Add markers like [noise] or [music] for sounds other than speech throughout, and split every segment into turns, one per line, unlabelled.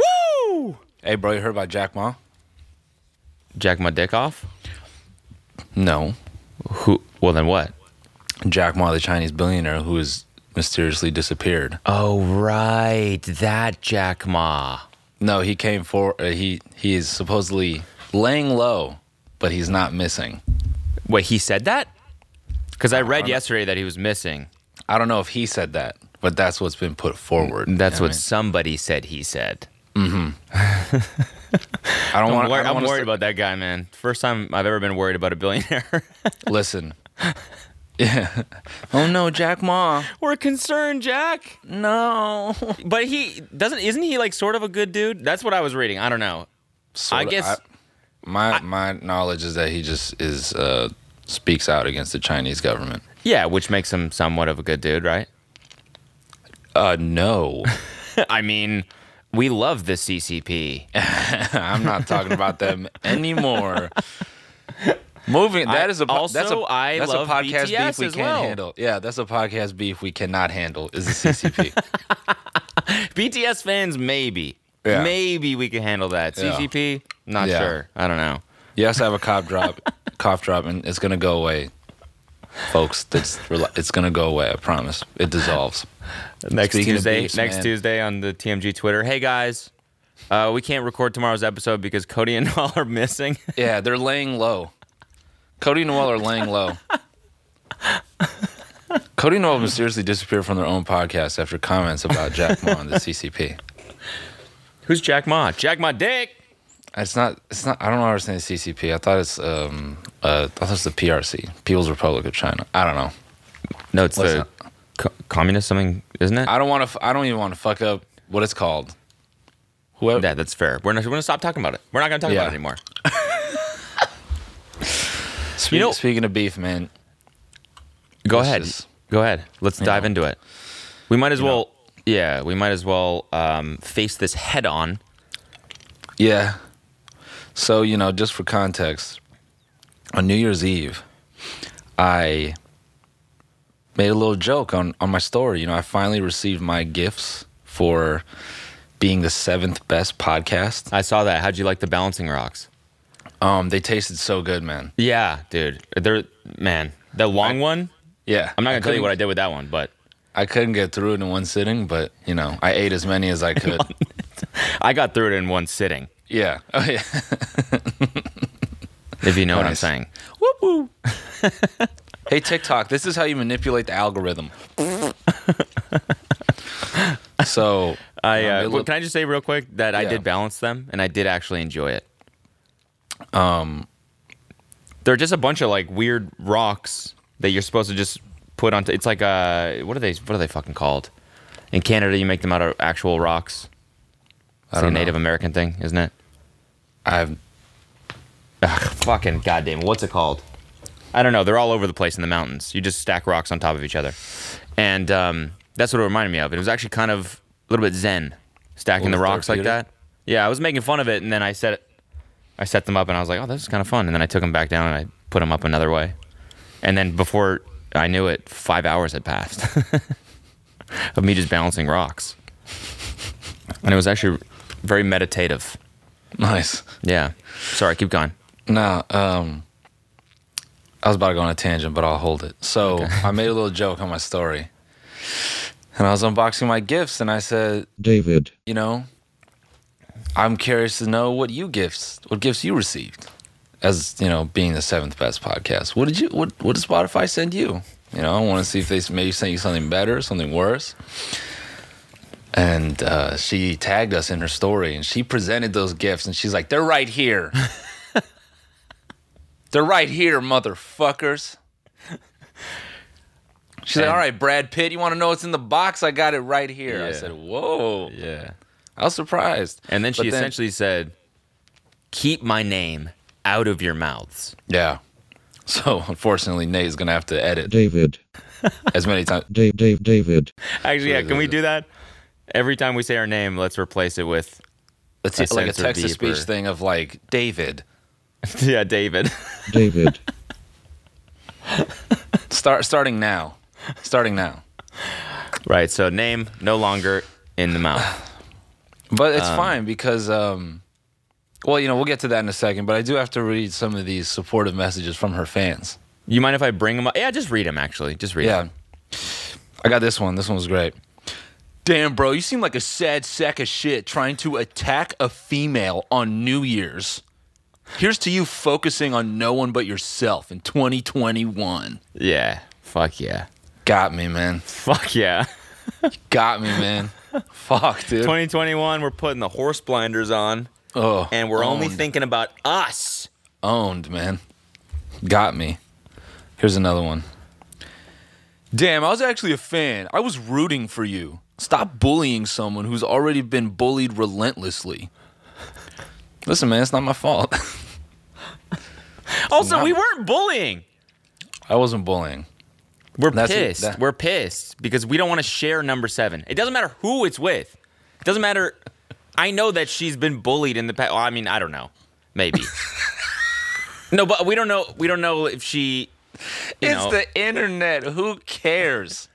Woo!
Hey, bro, you heard about Jack Ma?
Jack my dick off?
No.
Who? Well, then what?
Jack Ma, the Chinese billionaire who has mysteriously disappeared.
Oh, right. That Jack Ma.
No, he came for uh, he he is supposedly laying low, but he's not missing.
Wait, he said that? Because I read yesterday that he was missing.
I don't know if he said that, but that's what's been put forward.
That's
You know
what somebody said he said.
I, mean? I don't
I'm,
want. I
wor-
don't
I'm
wanna
worried
say-
about that guy, man. First time I've ever been worried about a billionaire. [laughs]
Listen. [laughs] Yeah. Oh no, Jack Ma.
We're concerned, Jack.
[laughs] No.
But he doesn't. Isn't he like sort of a good dude? That's what I was reading. I don't know.
Sorta-
I guess-
my my knowledge is that he just is uh, speaks out against the Chinese government.
Yeah, which makes him somewhat of a good dude, right?
Uh, no,
[laughs] I mean, we love the CCP.
I'm not talking about them anymore. Moving. That is a po- that's a
also, I
that's
love
a podcast
BTS
beef we
as
can't
well.
handle. Yeah, that's a podcast beef we cannot handle. Is the CCP?
BTS fans, maybe.
Yeah.
Maybe we can handle that.
Yeah.
CCP, not
Yeah.
sure. I don't know.
yes, I have a cough drop, cough drop, and it's gonna go away, folks. That's rela- it's gonna go away. I promise. It dissolves.
next
Speaking of
Tuesday.
beefs,
next
man.
Tuesday on the TMG Twitter. Hey guys, uh, we can't record tomorrow's episode because Cody and [laughs] Paul are missing.
Yeah, they're laying low. Cody and Noel are laying low. Cody and Noel mysteriously disappeared from their own podcast after comments about Jack Ma and the CCP.
Who's Jack Ma? Jack Ma Dick.
It's not. It's not. I don't understand the CCP. I thought it's. Um. Uh. I thought it's the PRC, People's Republic of China. I don't know.
No, it's
What's
the co- communist something, isn't it?
I don't want to. I don't even want to fuck up what it's called. Whoever.
yeah, that's fair. We're not. We're gonna stop talking about it. We're not gonna talk
Yeah.
about it anymore.
Spe-
you know-
Speaking of beef, man.
Go
Let's
ahead.
just-
Go ahead. Let's dive
know.
into it. We might as well. Yeah, we might as well um, face this head on.
Yeah. So, you know, just for context, on New Year's Eve, I made a little joke on, on my story. You know, I finally received my gifts for being the seventh best podcast.
I saw that. How'd you like the balancing rocks?
Um, they tasted so good, man.
Yeah, dude. They're man. The long one.
Yeah.
I'm not gonna tell you what I
couldn't-
did with that one, but
I couldn't get through it in one sitting, but you know, I ate as many as I
[laughs]
could.
I got through it in one sitting.
[laughs] yeah. Oh
[laughs]
yeah.
If you know what I'm
Nice.
saying.
Whoop whoop. [laughs] hey TikTok, this is how you manipulate the
[laughs]
algorithm. so
I
um,
uh,
it
well,
looked-
can I just say real quick that I
Yeah.
did balance them and I did actually enjoy it. Um,
Um,
they're just a bunch of like weird rocks that you're supposed to just put onto. It's like uh, what are they? What are they fucking called? In Canada, you make them out of actual rocks. It's like a
don't know.
Native American thing, isn't it?
I've
Ugh, fucking goddamn, what's it called? I don't know. They're all over the place in the mountains. You just stack rocks on top of each other, and um, that's what it reminded me of. It was actually kind of a little bit zen, stacking the
Little
rocks like that.
therapeutic?
Yeah, I was making fun of it, and then I set, I set them up, and I was like, "Oh, this is kind of fun." And then I took them back down, and I put them up another way, and then before I knew it, five hours had passed [laughs] of me just balancing rocks, and it was actually very meditative.
nice.
Yeah. Sorry, keep going.
No, um, I was about to go on a tangent, but I'll hold it. So I made a little joke on my story, and I was unboxing my gifts, and I said,
David,
you know, I'm curious to know what you gifts, what gifts you received, as you know, being the seventh best podcast. What did you, what, what did Spotify send you? You know, I want to see if they s- maybe sent you something better, something worse. And uh, she tagged us in her story, and she presented those gifts, and she's like, "They're right
[laughs]
here. They're right here, motherfuckers." She's like,
And-
"All right, Brad Pitt, you want to know what's in the box? I got it right here." I
Yeah.
said, "Whoa."
Yeah.
I was surprised.
And then
But
she essentially said, "Keep my name out of your mouths."
yeah. So unfortunately, Nate is gonna have to edit
David,
as many times.
Dave, Dave, David,
Actually, yeah. Can we do that? Every time we say our name, let's replace it with [laughs]
It's
A
like a
censor
text to speech
beeper.
thing of like David.
yeah, David. [laughs]
David,
Start starting now. Starting now.
right. So name no longer in the mouth.
But it's fine because, um, well, you know, we'll get to that in a second. But I do have to read some of these supportive messages from her fans.
You mind if I bring them up? Yeah, just read them actually. Just read
Yeah.
them.
I got this one. This one was great. Damn, bro, you seem like a sad sack of shit trying to attack a female on New Year's. Here's to you focusing on no one but yourself in 2021.
Yeah. Fuck yeah.
Got me, man.
Fuck yeah.
Got me, [laughs] man. Fuck, dude.
2021, we're putting the horse blinders on
oh,
and we're only
owned.
thinking about us.
Owned, man. Got me. Here's another one. Damn, I was actually a fan. I was rooting for you. Stop bullying someone who's already been bullied relentlessly. Listen, man, it's not my fault. [laughs]
Also,
not-
we weren't bullying.
I wasn't bullying.
We're
That's it,
pissed.
that-
We're pissed because we don't want to share number seven. It doesn't matter who it's with. It doesn't matter. I know that she's been bullied in the past. Well, I mean, I don't know.
[laughs]
Maybe. no, but we don't know. We don't know if she. you know-
internet. Who cares?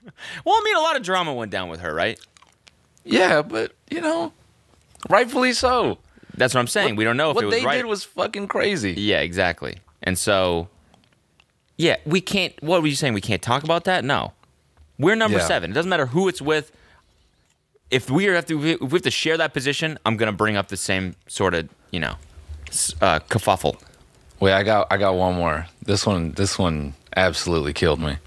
well, I mean, a lot of drama went down with her, right?
yeah, but, you know, rightfully so.
That's what I'm saying. we don't know if
what
it was
they
right.
did was fucking crazy.
yeah, exactly. And so, yeah, we can't. What were you saying? We can't talk about that? No, we're number
Yeah.
seven. It doesn't matter who it's with. If we have to, if we have to share that position. I'm gonna bring up the same sort of, you know, s- uh, kerfuffle.
Wait, I got I got one more. This one this one absolutely killed me.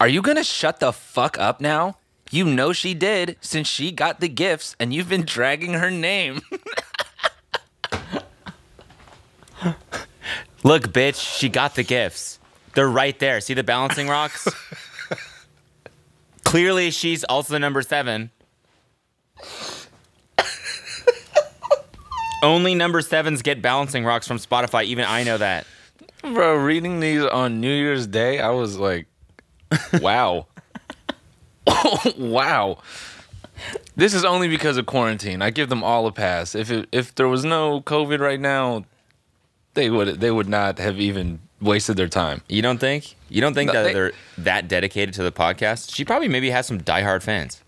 Are you gonna shut the fuck up now? You know she did since she got the gifts and you've been dragging her name. [laughs]
Look, bitch, she got the gifts. They're right there. See the balancing rocks? Clearly, she's also the number seven. Only number sevens get balancing rocks from Spotify. Even I know that.
Bro, reading these on New Year's Day, I was [laughs] like, wow. [laughs] wow. This is only because of quarantine. I give them all a pass. If it, if there was no COVID right now, they would they would not have even wasted their time.
You don't think? You don't think
No,
that
they-
they, are that dedicated to the podcast? She probably maybe has some diehard fans.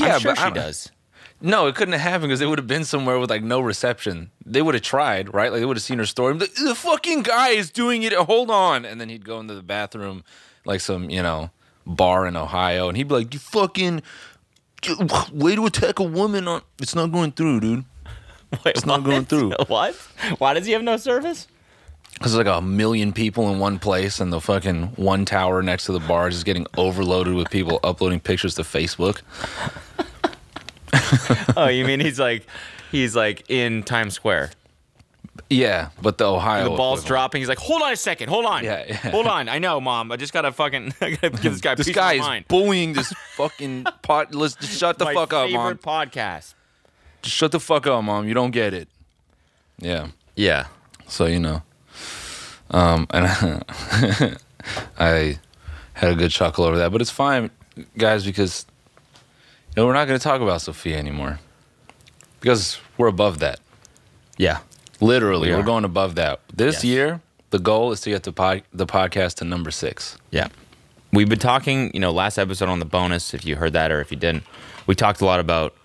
I'm sure she
I'm- [laughs]
does.
No, it couldn't have happened because they would have been somewhere with like no reception. They would have tried, right? Like they would have seen her story. The, the fucking guy is doing it. Hold on, and then he'd go into the bathroom, like some you know bar in Ohio, and he'd be like, "You fucking [sighs] way to attack a woman on. It's not going through, dude.
Wait,
It's not
[laughs]
going through."
What? Why does he have no service?
Because like a million people in one place, and the fucking one tower next to the bar is just getting overloaded with people uploading pictures to Facebook.
Oh, you mean he's like, he's like in Times Square.
Yeah, but the Ohio
the ball's
equivalent.
dropping. He's like, hold on a second, hold on,
Yeah, yeah.
hold on. I know, mom. I just gotta fucking [laughs] I gotta give this guy
This
peace
guy
of
is
mind.
bullying
[laughs]
this fucking pot. Let's just shut the
My
fuck up, mom.
favorite podcast.
Just shut the fuck up, mom. You don't get it. Yeah.
Yeah,
So you know. Um, and [laughs] I had a good chuckle over that, but it's fine, guys, because you know, we're not going to talk about Sophia anymore because we're above that.
yeah.
Literally, we
We
are
are.
going above that. This
Yes.
year, the goal is to get the pod- the podcast to number six.
Yeah. We've been talking, you know, last episode on the bonus, if you heard that or if you didn't, we talked a lot about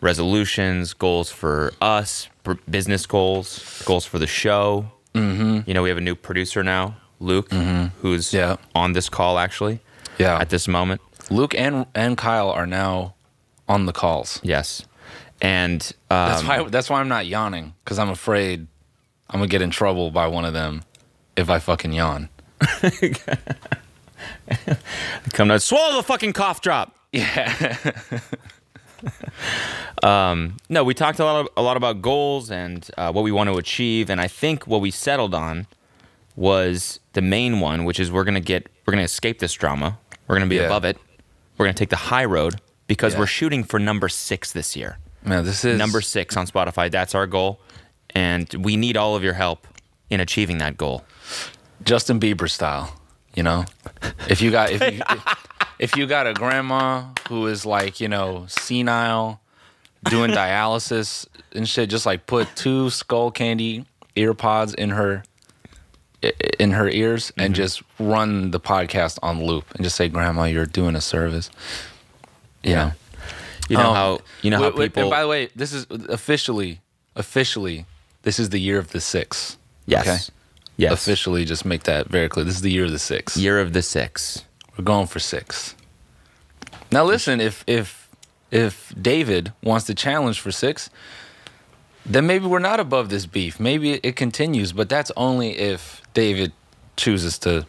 resolutions, goals for us, pr- business goals, goals for the show. Mm-hmm. You know, we have a new producer now, Luke, who's
Yeah. Oh.
on this call actually
Yeah.
at this moment.
Luke and and Kyle are now on the calls.
Yes. And uh,
That's why. That's why I'm not yawning because I'm afraid I'm gonna get in trouble by one of them if I fucking yawn.
come to swallow the fucking cough drop. [laughs]
Yeah.
Um, No, we talked a lot, a lot about goals and uh, what we want to achieve, and I think what we settled on was the main one, which is we're gonna get, we're gonna escape this drama. We're gonna be
Yeah.
above it. We're gonna take the high road because
Yeah.
we're shooting for number six this year.
Man, this is
Number six on Spotify. That's our goal, and we need all of your help in achieving that goal.
Justin Bieber style. You know, if you got if you if you got a grandma who is like you know senile, doing dialysis and shit, just like put two skull candy ear pods in her i- in her ears and just run the podcast on loop and just say, "Grandma, you're doing a service." You know.
You know
Um,
how you know how
wait, wait,
people.
and by the way, this is officially, officially, this is the year of the six.
yes. Yes.
Officially, just make that very clear. This is the year of the six.
Year of the six.
We're going for six. Now listen, if if if David wants to challenge for six, then maybe we're not above this beef. Maybe it continues, but that's only if David chooses to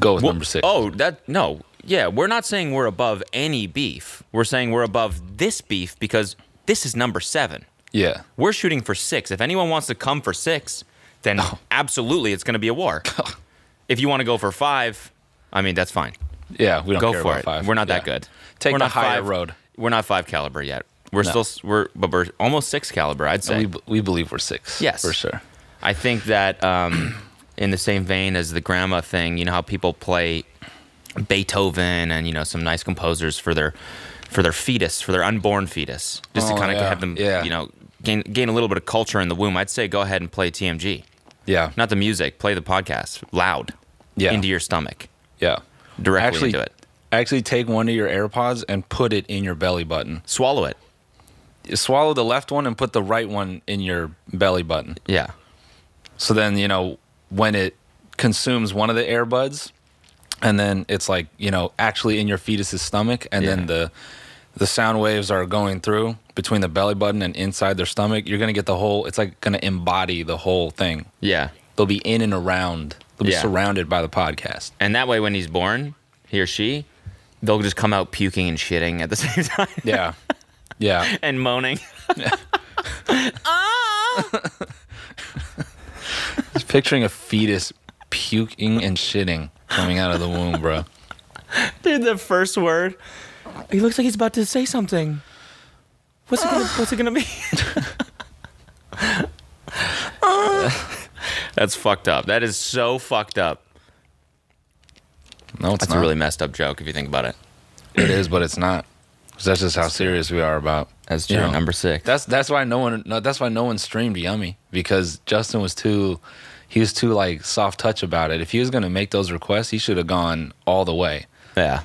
go with
Well,
number six.
Oh, that no. Yeah, we're not saying we're above any beef. We're saying we're above this beef because this is number seven.
yeah.
We're shooting for six. If anyone wants to come for six, then
Oh.
absolutely it's going to be a
[laughs]
war. if you want to go for five, I mean that's fine.
Yeah, we don't
Go
care
for
about
it.
five.
We're not
Yeah.
that good.
Take
we're
the
not
higher
five,
road.
We're not five caliber yet. We're
No.
still s- we're but we're almost six caliber. I'd say.
We, we believe we're six.
Yes.
For sure.
I think that um, in the same vein as the grandma thing, you know how people play Beethoven and you know some nice composers for their for their fetus, for their unborn fetus, just
Oh,
to kind of
yeah,
have them,
yeah.
you know, gain gain a little bit of culture in the womb. I'd say go ahead and play TMG,
Yeah.
not the music, play the podcast loud,
Yeah.
into your stomach,
Yeah.
directly
Actually,
into it.
actually take one of your AirPods and put it in your belly button.
Swallow it.
You swallow the left one and put the right one in your belly button.
Yeah.
So then, you know, when it consumes one of the AirBuds and then it's like, you know, actually in your fetus's stomach and
Yeah.
then the the sound waves are going through between the belly button and inside their stomach, you're going to get the whole it's like going to embody the whole thing.
Yeah.
They'll be in and around. They'll be
Yeah.
surrounded by the podcast.
And that way when he's born, he or she, they'll just come out puking and shitting at the [laughs] same time
Yeah. Yeah.
and moaning.
Just picturing a fetus puking and shitting coming out of the womb, bro.
Dude, the first word. He looks like he's about to say something. What's it gonna, what's it gonna be? [laughs] Uh. That's fucked up. That is so fucked up.
No, it's
That's
not.
a really messed up joke if you think about it.
it is, but it's not. 'Cause that's just how serious we are about.
That's
you
true.
know.
Number six.
That's that's why no one no, that's why no one streamed Yummy because Justin was too he was too like soft touch about it. If he was gonna make those requests, he should have gone all the way.
yeah.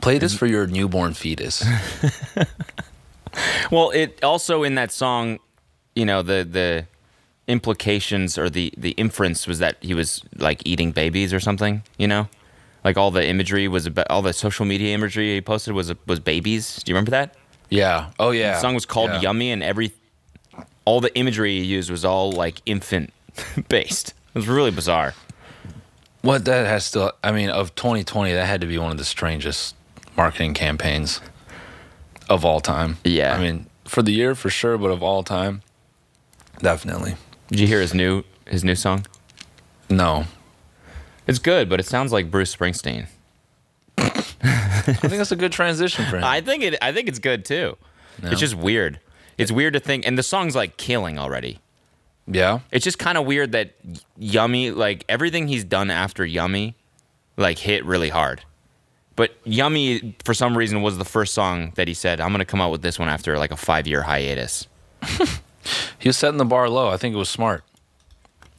Play this for your newborn fetus.
Well, it also in that song, you know, the the implications or the the inference was that he was like eating babies or something, you know? Like all the imagery was about all the social media imagery he posted was was babies. Do you remember that?
[laughs] Yeah. Oh yeah.
The song was called
Yeah.
Yummy and every all the imagery he used was all like infant [laughs] based. It was really bizarre.
What that has to I mean of 2020 that had to be one of the strangest marketing campaigns of all time.
Yeah.
I mean for the year for sure, but of all time, definitely.
Did you hear his new his new song?
No,
It's good, but it sounds like Bruce Springsteen.
I think that's a good transition for him.
[laughs] I think it. I think it's good too. It's just weird. It's weird to think, and the song's like killing already.
yeah.
It's just kind of weird that Y- Yummy, like everything he's done after Yummy, like hit really hard. But Yummy, for some reason, was the first song that he said, "I'm gonna come out with this one after like a five year hiatus."
He was setting the bar low. I think it was smart.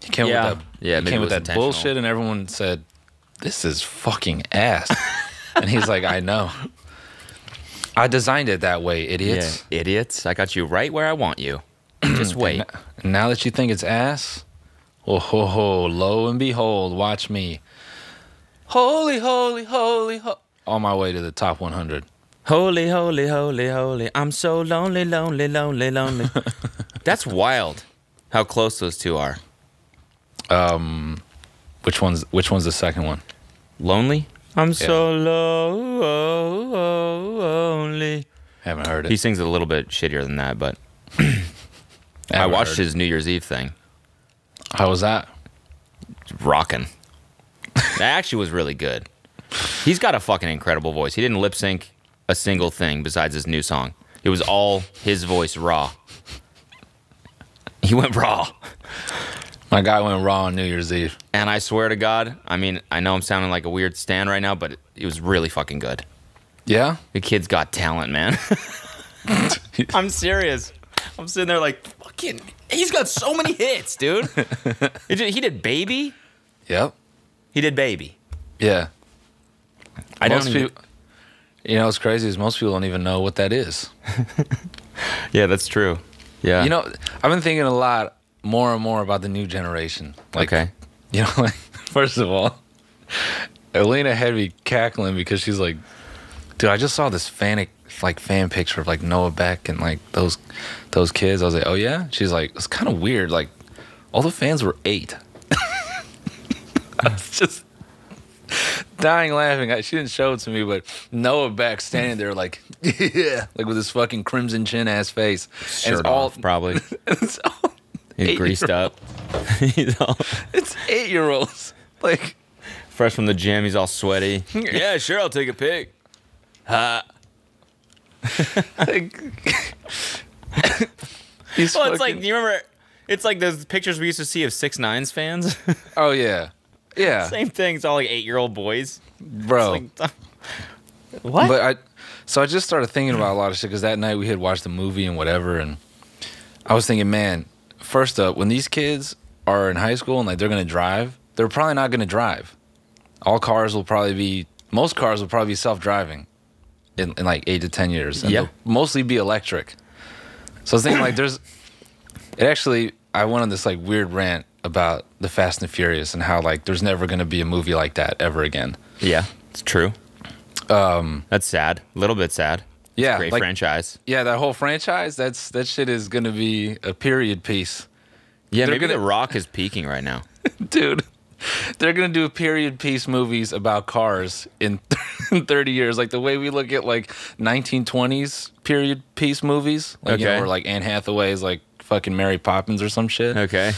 He came
Yeah.
with that,
Yeah,
he
maybe
came
it
with
was
that
intentional.
bullshit, and everyone said, "This is fucking ass." and he's like, "I know.
[laughs]
I designed it that way, idiots.
idiots! I got you right where I want [clears throat] you. just wait.
And now that you think it's ass, oh ho ho! Lo and behold, watch me. Holy, holy, holy, ho- on my way to the top 100.
Holy, holy, holy, holy! I'm so lonely, lonely, lonely, [laughs] lonely. That's wild. How close those two are.
Which one's which one's the second one?
Lonely? I'm so oh, lonely.
Haven't heard it.
He sings it a little bit shittier than that, but I
Haven't
watched
heard
his New Year's Eve thing.
How was that?
Rocking. that actually was really good. He's got a fucking incredible voice. He didn't lip sync a single thing besides his new song. It was all his voice raw. He went raw.
My guy went raw on New Year's Eve.
And I swear to God, I mean, I know I'm sounding like a weird stan right now, but it, it was really fucking good.
Yeah.
The kid's got talent, man. [laughs] I'm serious. I'm sitting there like, fucking, he's got so many hits, dude. he, did, he did Baby.
Yep.
He did Baby.
Yeah.
I
most
don't even-
peop- You know, what's crazy is most people don't even know what that is.
Yeah, that's true. Yeah.
You know, I've been thinking a lot more and more about the new generation. Like,
okay.
You know, [laughs] like, first of all, Elena had me cackling because she's like, dude, I just saw this fan like fan picture of like Noah Beck and like those those kids. I was like, oh yeah. She's like, it's kind of weird. Like, all the fans were eight. [laughs] I was just dying laughing. I- She didn't show it to me, but Noah Beck standing there like, [laughs] yeah, like with his fucking crimson chin ass face. and
Shirt
it's all
off, probably.
[laughs]
[laughs]
it's all
He's greased up. [laughs] he's all
it's eight year olds. Like
fresh from the gym. He's all [laughs] sweaty. yeah, sure. I'll take a pic.
like [laughs] he's
Well, it's
fucking-
like you remember. It's like those pictures we used to see of six nines fans. [laughs]
oh yeah. Yeah.
Same thing. It's all like eight year old boys.
bro.
It's like, [laughs] what?
But I, so I just started thinking about a lot of shit because that night we had watched the movie and whatever, and I was thinking, man, first up, when these kids are in high school and like they're gonna drive, they're probably not gonna drive. All cars will probably be, most cars will probably be self driving in, in like eight to ten years, and
Yeah.
they'll mostly be electric. So I was thinking, like, there's, it actually, I went on this like weird rant about the Fast and the Furious and how like there's never gonna be a movie like that ever again.
yeah, it's true. Um, that's sad. A little bit sad.
Yeah,
Great
like,
franchise.
Yeah, that whole franchise, that's that shit is gonna be a period piece.
Yeah,
they're
maybe
gonna-
The Rock is peaking right now.
[laughs] Dude. They're gonna do period piece movies about cars in [laughs] in thirty years. Like the way we look at like nineteen twenties period piece movies. Like you know,
Okay.
where like Anne Hathaway is like fucking Mary Poppins or some shit.
Okay.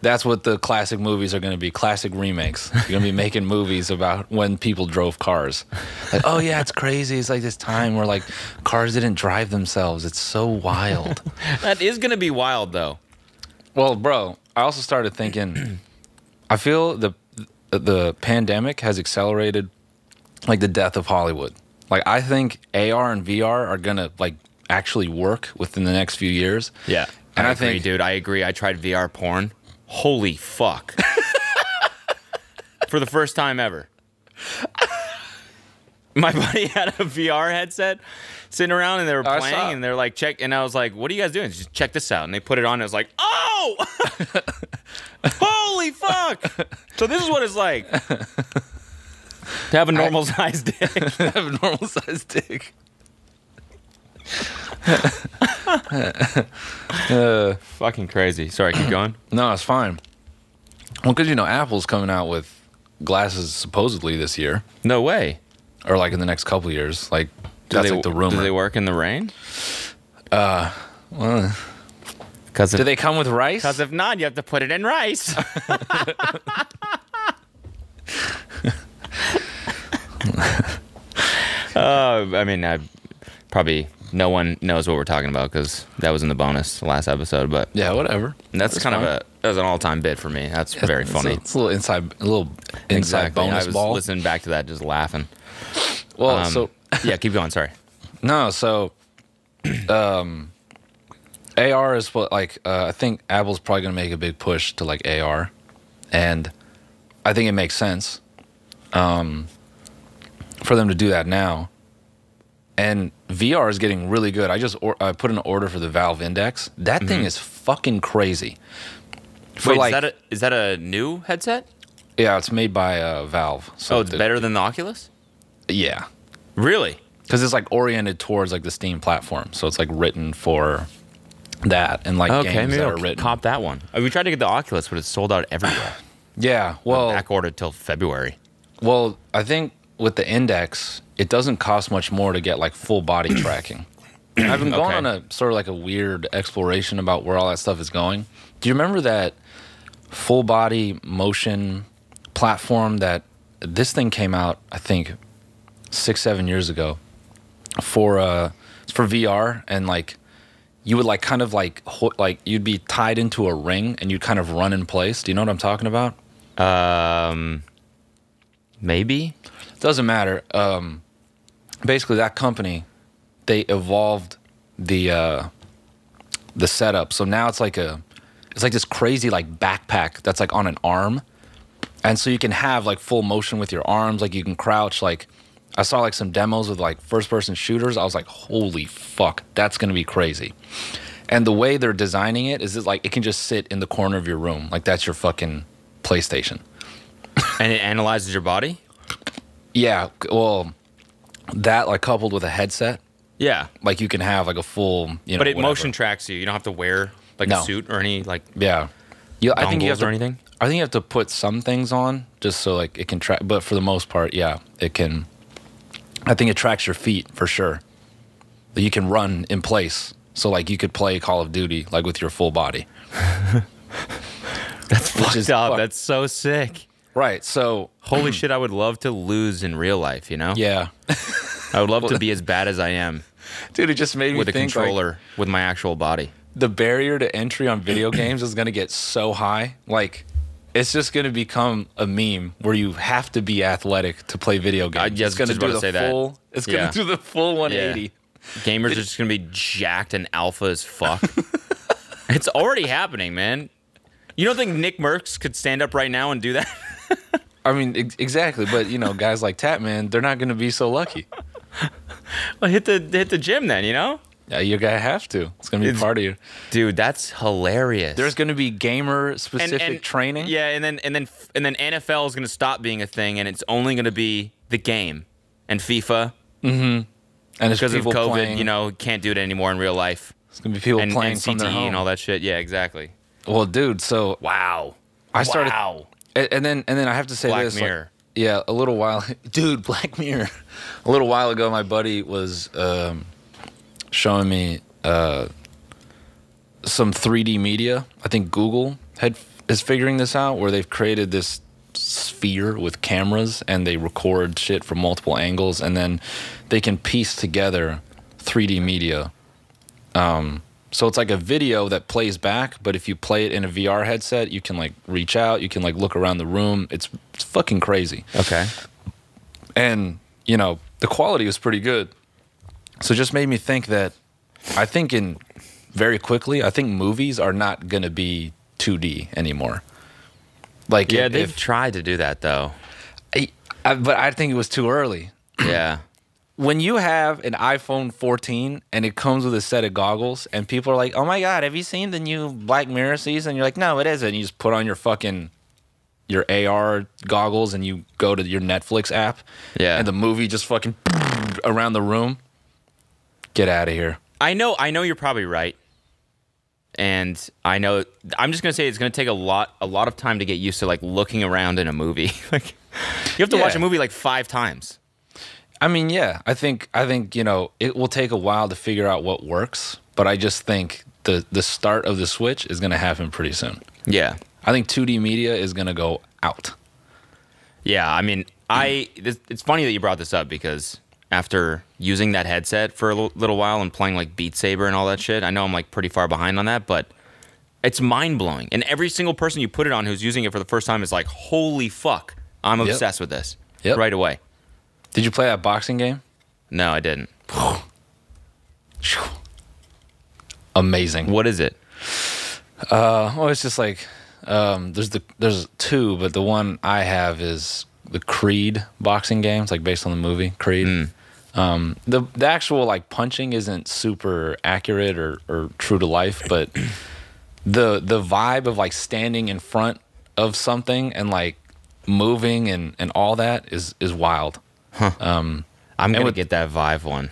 That's what the classic movies are gonna be. Classic remakes. You're gonna be making [laughs] movies about when people drove cars. Like, oh yeah, it's crazy. It's like this time where like cars didn't drive themselves. It's so wild.
That is gonna be wild though.
Well, bro, I also started thinking. [clears throat] I feel the the pandemic has accelerated, like the death of Hollywood. Like I think AR and VR are gonna like actually work within the next few years.
Yeah.
And
I,
I
agree,
think-
dude, I agree. I tried VR porn. Holy fuck. For the first time ever. My buddy had a VR headset sitting around and they were
I
playing
saw.
and they're like, check. And I was like, what are you guys doing? Just check this out. And they put it on and I was like, oh! [laughs] Holy fuck! So this is what it's like to have a normal [laughs] sized dick.
[laughs] have a normal sized dick.
Fucking crazy. Sorry, keep going.
No, it's fine. Well, because you know Apple's coming out with glasses supposedly this year,
No way.
or like in the next couple years. Like
Do
that's
they-
like the rumor.
Do they work in the rain? Uh, because
Do they come with rice?
if not, you have to put it in rice. [laughs] uh, I mean, I, probably no one knows what we're talking about because that was in the bonus the last episode. But
yeah, whatever.
that's, kind
fine.
of a that was an all time bit for me. That's very
It's a-
funny.
It's a, little inside, a little inside bonus
I was
ball.
listening back to that, just laughing.
Well,
Um,
so
yeah, keep going. Sorry.
no, so [clears throat] um, AR is what like uh, I think Apple's probably gonna make a big push to like AR, and I think it makes sense um, for them to do that now. And VR is getting really good. I just or- I put in an order for the Valve Index. That thing is fucking crazy. [laughs] For
Mm-hmm.
like
Wait, is that a, is that a new headset?
yeah, it's made by uh, Valve. So
Oh, it's
the-
better than the Oculus.
Yeah,
Really?
because it's like oriented towards like the Steam platform, so it's like written for that and like
Okay,
games
maybe
that
I'll
are written.
cop that one. Uh, We tried to get the Oculus, but it's sold out [gasps] everywhere.
yeah, well,
Back ordered till February.
well, I think with the Index, it doesn't cost much more to get like full body tracking. And I've been going
Okay.
on a sort of like a weird exploration about where all that stuff is going. Do you remember that full body motion platform that this thing came out? I think six seven years ago for uh for VR and like you would like kind of like ho- like you'd be tied into a ring and you'd kind of run in place. Do you know what I'm talking about?
Maybe.
doesn't matter. Um, basically, that company they evolved the uh, the setup, so now it's like a it's like this crazy like backpack that's like on an arm, and so you can have like full motion with your arms, like you can crouch, like I saw like some demos with like first person shooters. I was like, holy fuck, that's gonna be crazy. And the way they're designing it is it like it can just sit in the corner of your room. Like that's your fucking PlayStation.
and it analyzes your body.
Yeah, well, that like coupled with a headset,
Yeah,
like you can have like a full, you know,
but it
whatever.
motion tracks you. You don't have to wear like
No.
a suit or any like
Yeah. You, I think you
Dongles
have to,
or anything?
I think you have to put some things on just so like it can track. But for the most part, yeah, it can. I think it tracks your feet for sure. But You can run in place, so like you could play Call of Duty like with your full [laughs] body.
that's
fucked
fucked
up.
up. That's so sick.
Right. So
[clears throat] Holy shit! I would love to lose in real life. You know,
yeah,
I would love to be as bad as I [laughs] am
[laughs] dude, it just made me
with a
think, like,
controller with my actual body.
the barrier to entry on
[clears throat]
video games is going to get so high. Like, it's just going to become a meme where you have to be athletic to play video games.
yeah,
it's going to
just about
do
to say
the
that.
full. It's
Yeah.
going to do the full 180.
Gamers are just gonna be jacked and alpha as fuck. [laughs] it's already happening, man. You don't think Nick Merckx could stand up right now and do that? [laughs]
I mean, ex- exactly. But you know, guys like Tatman, they're not going to be so lucky.
well, hit the hit the gym then, you know?
Yeah, you're gonna have to. It's gonna be
It's-
part of your.
Dude, that's hilarious.
There's gonna be gamer specific training.
Yeah, and then and then and then NFL is gonna stop being a thing, and it's only gonna be the game and FIFA
and it's
because of
people
COVID.
Playing,
You know, can't do it anymore in real life.
it's gonna be people
And,
playing
and
from their
CTE
home.
and all that shit. Yeah, exactly.
Well, dude. So
Wow.
I started-
Wow.
a- and then and then I have to say
Black
this. like-
Mirror.
yeah, a little while, [laughs] dude. Black Mirror. a little while ago, my buddy was um, showing me uh, some 3D media. I think Google had is figuring this out, where they've created this sphere with cameras and they record shit from multiple angles, and then they can piece together 3D media. Um, so it's like a video that plays back, but if you play it in a VR headset, you can like reach out, you can like look around the room. It's, it's fucking crazy
Okay.
and you know the quality was pretty good so it just made me think that i think in very quickly i think movies are not going to be 2d anymore like
Yeah,
if-
they've
if-
tried to do that though.
I, I, but i think it was too early
yeah.
when you have an iphone 14 and it comes with a set of goggles and people are like oh my god have you seen the new black mirror season you're like no it isn't you just put on your fucking your ar goggles and you go to your netflix app
Yeah.
and the movie just fucking [laughs] around the room. Get out of here.
I know I know you're probably right. And I know I'm just gonna say it's gonna take a lot a lot of time to get used to like looking around in a movie. [laughs] like you have to watch
Yeah.
a movie like five times.
I mean, yeah, I think I think you know it will take a while to figure out what works, but I just think the the start of the switch is going to happen pretty soon.
Yeah.
I think 2D media is going to go out.
Yeah, I mean, I this, it's funny that you brought this up because after using that headset for a l- little while and playing like Beat Saber and all that shit, I know I'm like pretty far behind on that, but it's mind blowing. And every single person you put it on who's using it for the first time is like, "Holy fuck, I'm obsessed with this!"
Yep.
Right away.
Did you play that boxing game?
No, I didn't.
Phew. Amazing.
What is it?
Oh, it's just like um, there's the there's two, but the one I have is the Creed boxing game. It's like based on the movie Creed. Um, the the actual like punching isn't super accurate or, or true to life, but the the vibe of like standing in front of something and like moving and, and all that is is wild.
I'm gonna
with-
get that Vive one.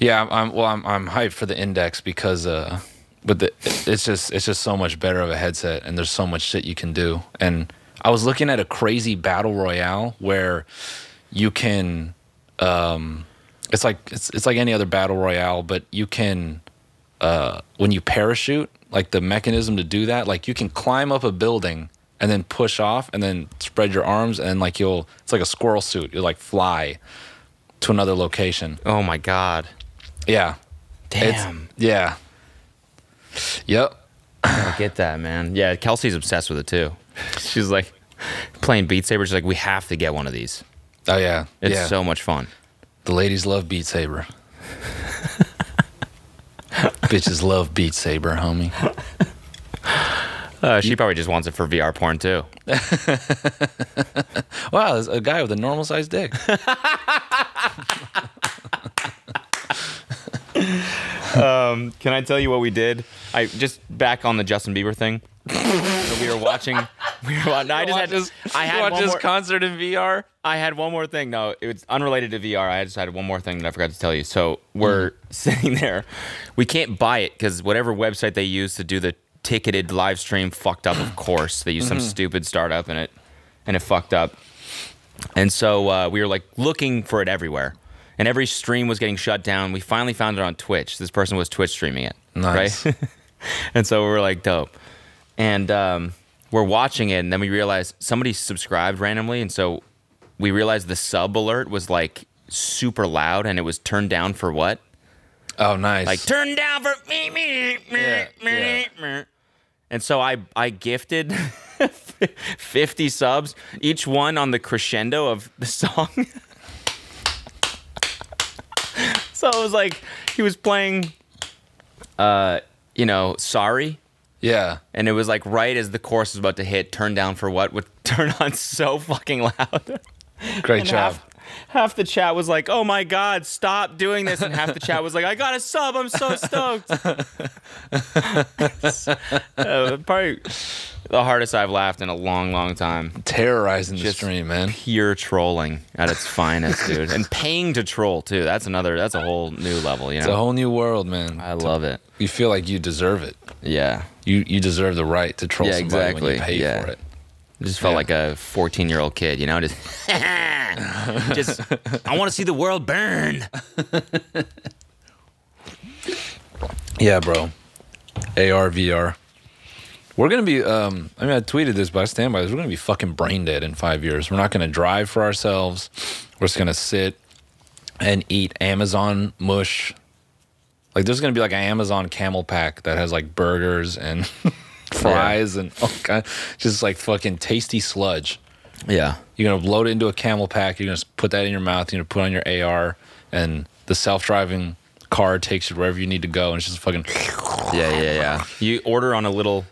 Yeah, I'm, I'm well, I'm I'm hyped for the index because uh, but the it's just it's just so much better of a headset, and there's so much shit you can do. And I was looking at a crazy battle royale where you can, um, it's like it's it's like any other battle royale, but you can, uh, when you parachute, like the mechanism to do that, like you can climb up a building. And then push off, and then spread your arms, and like you'll—it's like a squirrel suit. You'll like fly to another location.
Oh my god.
Yeah, it's-
Damn.
yeah. Yep.
I get that, man. Yeah, Kelsey's obsessed with it too. [laughs] She's like playing Beat Saber. She's like, "We have to get one of these.
Oh yeah.
It's
yeah.
so much fun."
the ladies love Beat
[laughs]
Saber. Bitches love Beat Saber, homie.
Uh, she probably just wants it for VR porn too. [laughs]
Wow, there's a guy with a normal sized dick.
um, can I tell you what we did? I just back on the Justin Bieber [laughs] thing. So we were watching. We were. wa- No, I just had.
Watch his-
I had
watch
one
his
more-
concert in VR.
I had one more thing. No, it was unrelated to VR. I just had one more thing that I forgot to tell you. So we're [laughs] sitting there. We can't buy it because whatever website they use to do the ticketed live stream fucked up. Of course, they used some stupid startup and it and it fucked up. And so uh, we were like looking for it everywhere, and every stream was getting shut down. We finally found it on Twitch. This person was Twitch streaming it.
Nice.
Right? and so we were like, dope. And um, we're watching it, and then we realized somebody subscribed randomly, and so we realized the sub alert was like super loud, and it was turned down for what?
[laughs] Oh, nice.
Like turned down for me, me, me,
Yeah,
me, me. And so I I gifted. [laughs] 50 subs, each one on the crescendo of the song. [laughs] so it was like he was playing, uh, you know, Sorry
yeah.
and it was like right as the chorus was about to hit, turn down for what would [laughs] turn on so fucking loud.
Great
And
job.
half, half the chat was like, "Oh my god, stop doing this," and half the chat was like, "I got a sub, I'm so
[laughs]
stoked." Uh, probably the hardest I've laughed in a long, long time.
Terrorizing the stream, man.
Pure trolling at its finest, dude, and paying to troll too. That's another. That's a whole new level, you
It's a
know.
whole new world, man.
I love it.
you feel like you deserve it.
Yeah,
You you deserve the right to troll
Yeah,
somebody when
exactly.
you pay
Yeah.
for it.
It just felt
Yeah.
like a 14 year old kid, you know, just, [laughs] just I want to see the world burn.
Yeah, bro. AR VR. We're gonna be. Um, I mean, I tweeted this, but I stand by this. We're gonna be fucking brain dead in five years. We're not gonna drive for ourselves. We're just gonna sit and eat Amazon mush. Like, there's gonna be like an Amazon camel pack that has like burgers and [laughs] fries and all kind, just like fucking tasty sludge.
Yeah.
You're gonna load it into a camel pack. You're gonna s- put that in your mouth. You're gonna put on your AR, and the self-driving car takes you wherever you need to go. And it's just fucking. [laughs]
Yeah, yeah, yeah. You order on a little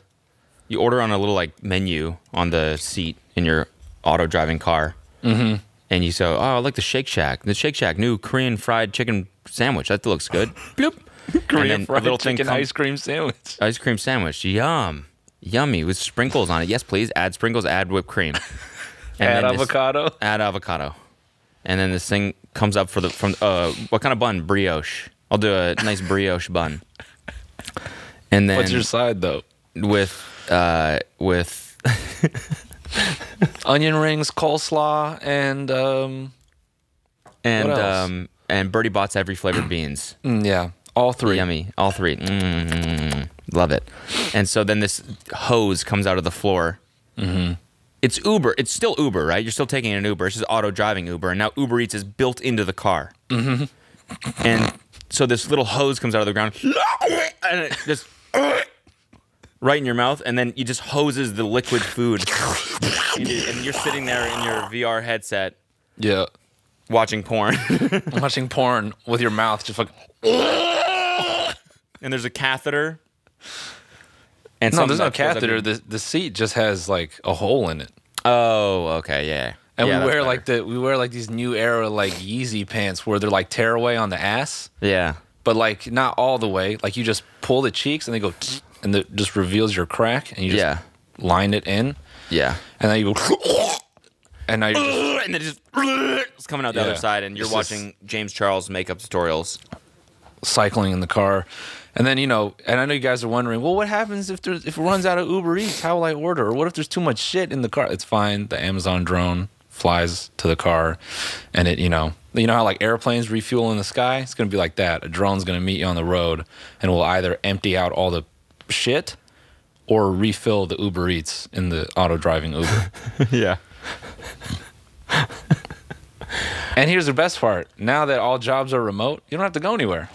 you order on a little like menu on the seat in your auto driving car. Mhm. And you say, "Oh, I like the Shake Shack. The Shake Shack new Korean fried chicken sandwich. That looks good."
[laughs]
Bloop. And then a little thing comes-
cream [laughs] sandwich.
ice cream sandwich. Yum. Yummy with sprinkles on it. Yes, please. Add sprinkles, add whipped cream. And
Add
then this-
avocado.
add avocado. And then this thing comes up for the from uh what kind of bun? Brioche. I'll do a nice brioche bun. And then
What's your side though?
with uh with
Onion rings, coleslaw, and um,
and
What else?
um and Birdie Bots every flavored beans.
mm, yeah, all three.
Yummy. All three. Mm, love it. And so then this hose comes out of the floor.
Mm-hmm.
It's Uber. It's still Uber, right? You're still taking an Uber. It's just auto driving Uber. And now Uber Eats is built into the car.
Mm-hmm.
And so this little hose comes out of the ground and it just right in your mouth. And then you just hoses the liquid food. You do- And you're sitting there in your VR headset
Yeah,
watching porn. [laughs]
I'm watching porn with your mouth just like.
and there's a catheter. And
No,
something
there's no
that fills up
catheter.
your-
The the seat just has like a hole in it.
Oh, okay, yeah.
And
Yeah,
we
that's
wear
better.
like the we wear like these new era like Yeezy pants where they're like tearaway on the ass.
yeah,
but like not all the way. Like you just pull the cheeks and they go, tsk, and it just reveals your crack, and you just
Yeah.
line it in,
yeah.
and then you go, [laughs] and now you're just,
[laughs] And then just [laughs] it's coming out the other
Yeah.
side, and you're
It's just-
watching James Charles makeup tutorials.
cycling in the car, and then you know, and I know you guys are wondering, well, what happens if there's if it runs out of Uber Eats? How will I order? Or what if there's too much shit in the car? It's fine. The Amazon drone flies to the car, and it you know. You know how like airplanes refuel in the sky? It's gonna be like that. A drone's gonna meet you on the road and will either empty out all the shit or refill the Uber Eats in the auto driving
[laughs]
Uber.
yeah.
and here's the best part: now that all jobs are remote, you don't have to go anywhere.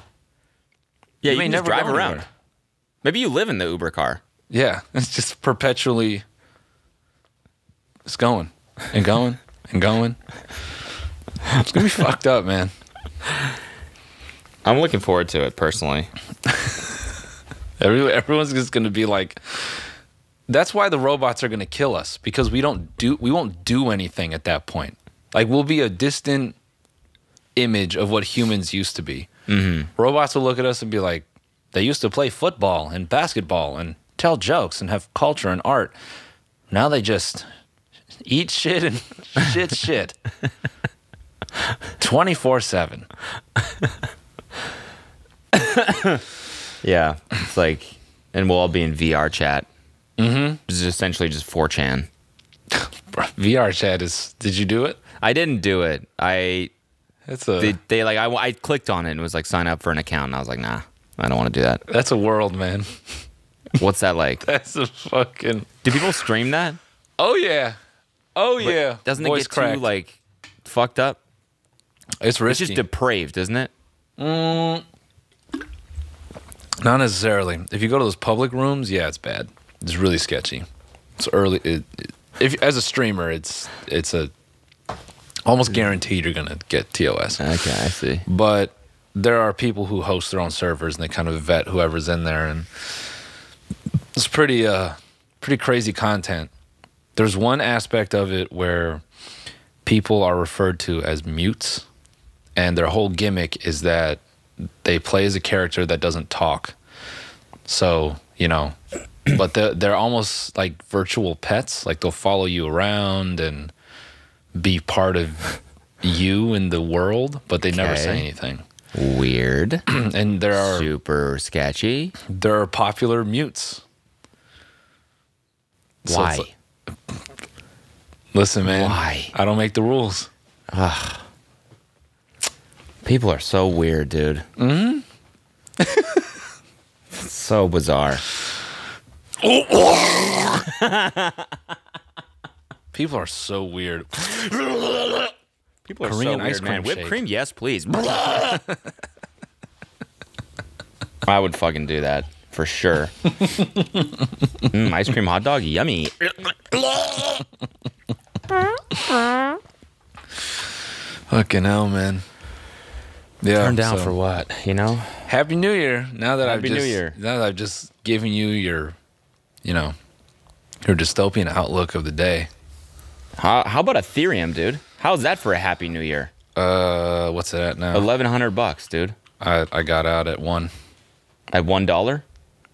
Yeah, you,
may
can just
never
drive
go
around.
anywhere.
Maybe you live in the Uber car.
Yeah, [laughs] it's just perpetually. It's going and going and going. It's gonna be fucked up, man.
I'm looking forward to it personally.
Every, everyone's just gonna be like. That's why the robots are gonna kill us because we don't do we won't do anything at that point. Like we'll be a distant image of what humans used to be. Robots will look at us and be like, They used to play football and basketball and tell jokes and have culture and art. Now they just eat shit and [laughs] shit shit 24 7.
Yeah. It's like, and we'll all be in VR chat. Mm-hmm. It's essentially just 4chan.
VR chat is. Did you do it?
I didn't do it. I
That's a
they, they like I, I clicked on it and it was like sign up for an account and I was like nah I don't want to do that.
that's a world, man.
What's that like?
That's a fucking.
do people stream that?
Oh yeah, oh yeah.
Doesn't it
Voice
get
cracked.
too like fucked up?
It's
It's
risky.
just depraved, isn't it?
Not necessarily. If you go to those public rooms, yeah, it's bad. It's really sketchy. It's early. It, it- if as a streamer, it's it's a
Mm.
almost guaranteed you're gonna get TOS.
Okay, I see.
But there are people who host their own servers and they kind of vet whoever's in there, and it's pretty uh pretty crazy content. There's one aspect of it where people are referred to as mutes, and their whole gimmick is that they play as a character that doesn't talk. So, you know, [clears throat] but they're, they're almost like virtual pets. Like they'll follow you around and be part of you in the world, but they never say
Okay.
anything. [clears throat]
[clears throat] Weird.
and there are
Super sketchy.
there are popular mutes. So it's
Why?
like- Listen, man.
Why?
I don't make the rules.
People are so weird, dude. Mm-hmm. [laughs] so bizarre.
People are so weird.
People are
Korean
so weird,
ice cream
man. Whipped
shake.
cream, yes, [laughs] please. I would fucking do that for sure. [laughs] Mm, ice cream hot dog, yummy.
Fucking hell, man. Yeah. so-
what? You know?
Happy New Year. Now that I've
Happy New
just,
Year.
Now that I've just given you your, you know, your dystopian outlook of the day.
How, how about Ethereum, dude? How's that for a happy new year?
Uh, what's it at now?
Eleven hundred bucks, dude.
I I got out at one.
At one dollar?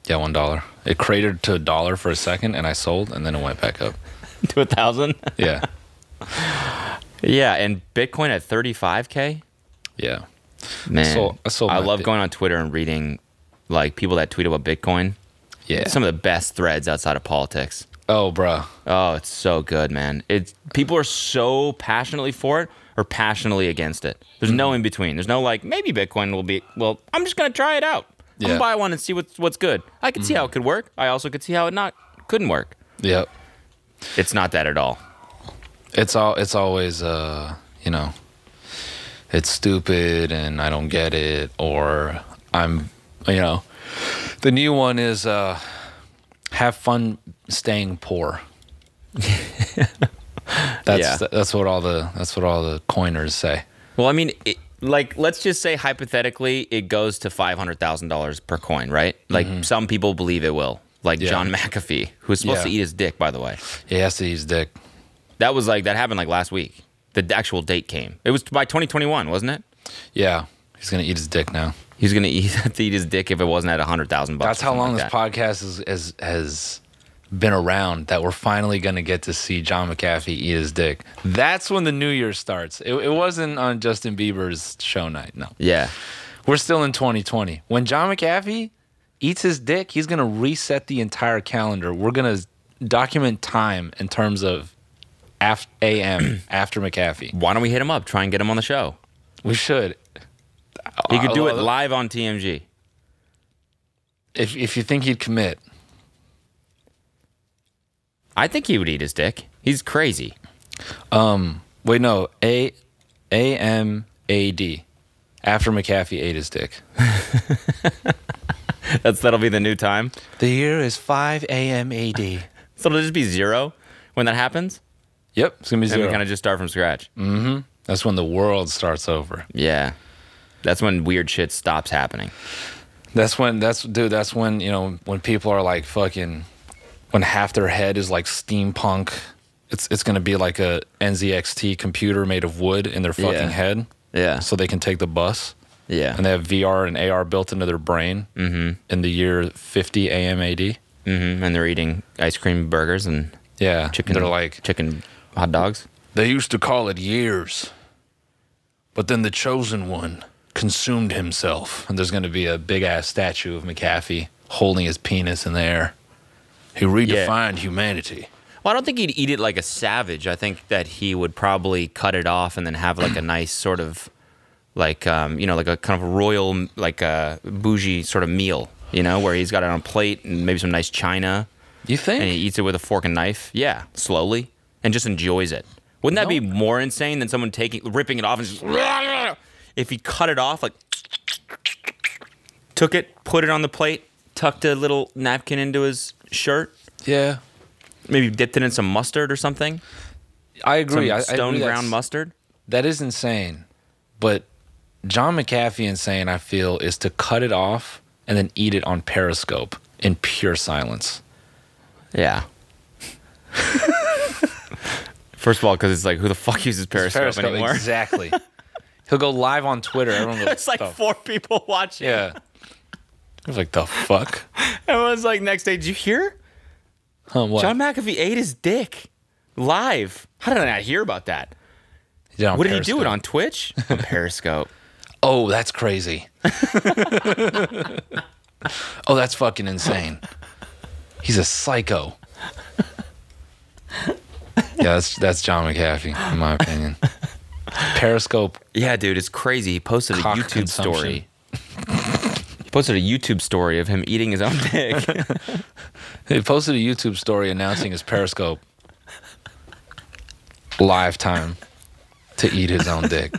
Yeah, one dollar. It cratered to a dollar for a second, and I sold, and then it went back up.
[laughs] to a thousand?
Yeah,
[laughs] yeah, and Bitcoin at thirty five K?
yeah.
Man.
sold- I sold my
love
Bit-
going on Twitter and reading like people that tweet about Bitcoin.
Yeah.
Some of the best threads outside of politics.
oh, bruh.
Oh, it's so good, man. It's people are so passionately for it or passionately against it. There's no in between. There's no like maybe Bitcoin will be well, I'm just gonna try it out. I'm
Yeah.
gonna buy one and see what's what's good. I could see how it could work. I also could see how it not couldn't work.
Yep.
It's not that at all.
It's all. It's always. Uh, you know. It's stupid, and I don't get it, or I'm. You know. The new one is. Uh, have fun staying poor. that's
Yeah.
that's what all the that's what all the coiners say.
Well, I mean, it, like, let's just say hypothetically, it goes to five hundred thousand dollars per coin, right? Like, some people believe it will. Like
Mm-hmm. Yeah.
John [laughs] McAfee, who's supposed
Yeah.
to eat his dick, by the way.
He has to use dick.
That was like that happened like last week. The actual date came. It was by twenty twenty one, wasn't it?
Yeah, he's gonna eat his dick now.
He's gonna [laughs] eat, have to eat his dick if it wasn't at a hundred thousand bucks.
That's
or
how
something
long
like
this
that.
podcast is, is has been around. That we're finally gonna get to see John McAfee eat his dick. That's when the new year starts. It, it wasn't on Justin Bieber's show night. No,
Yeah,
we're still in 2020. When John McAfee eats his dick, he's gonna reset the entire calendar. We're gonna document time in terms of af- AM [clears throat] after McAfee.
why don't we hit him up? Try and get him on the show.
We should.
He could do
I
it
love it.
live on TMG.
If if you think he'd commit,
I think he would eat his dick. He's crazy. [laughs]
Wait, no. A A M A D. After McAfee ate his dick.
That's that'll be the new time.
The year is 5 A.M. A.D.
So it'll just be zero when that happens.
Yep, it's gonna be
And
zero.
we kind of just start from scratch.
That's when the world starts over.
Yeah. That's when weird shit stops happening.
That's when. That's dude. That's when you know when people are like fucking. When half their head is like steampunk. It's it's gonna be like a NZXT computer made of wood in their fucking
Yeah.
head,
Yeah.
so they can take the bus.
Yeah.
and they have VR and AR built into their brain
Mm-hmm.
in the year 50 AM AD.
hmm And they're eating ice cream burgers and
Yeah,
chicken.
they're like
chicken hot dogs.
They used to call it years. But then the chosen one consumed himself. And there's going to be a big ass statue of McAfee holding his penis in the air. He redefined humanity.
Well, I don't think he'd eat it like a savage. I think that he would probably cut it off and then have like a nice sort of like um, you know like a kind of royal like a bougie sort of meal. You know, where he's got it on a plate and maybe some nice china,
You
and
think?
he eats it with a fork and knife. Yeah, slowly, and just enjoys it. Wouldn't that be more insane than someone taking ripping it off and just if he cut it off like took it, put it on the plate, tucked a little napkin into his shirt,
Yeah.
maybe dipped it in some mustard or something.
I agree. Oh, I, I
Some stone
agree that's-
ground mustard.
That is insane. But John McAfee insane, I feel, is to cut it off and then eat it on Periscope in pure silence.
Yeah. [laughs] First of all, because it's like, who the fuck uses Periscope, anymore?
exactly. He'll go live on Twitter. Everyone goes,
[laughs] it's like
"The
four people watching.
Yeah. I was like, the fuck? [laughs]
Everyone's like, next day, did you hear?
Huh, what?
John McAfee ate his dick live. How did I not hear about that?
He did it on
What did he do it
Periscope. [laughs]
on Twitch? On Periscope.
Oh, that's
[laughs]
crazy. oh, that's fucking insane. He's a psycho. Yeah, that's that's John McAfee, in my opinion. Periscope
Yeah, dude, it's crazy. He posted a
cock
YouTube
consumption.
story. He posted a YouTube story of him eating his own dick.
[laughs] He posted a YouTube story announcing his Periscope live time to eat his own dick.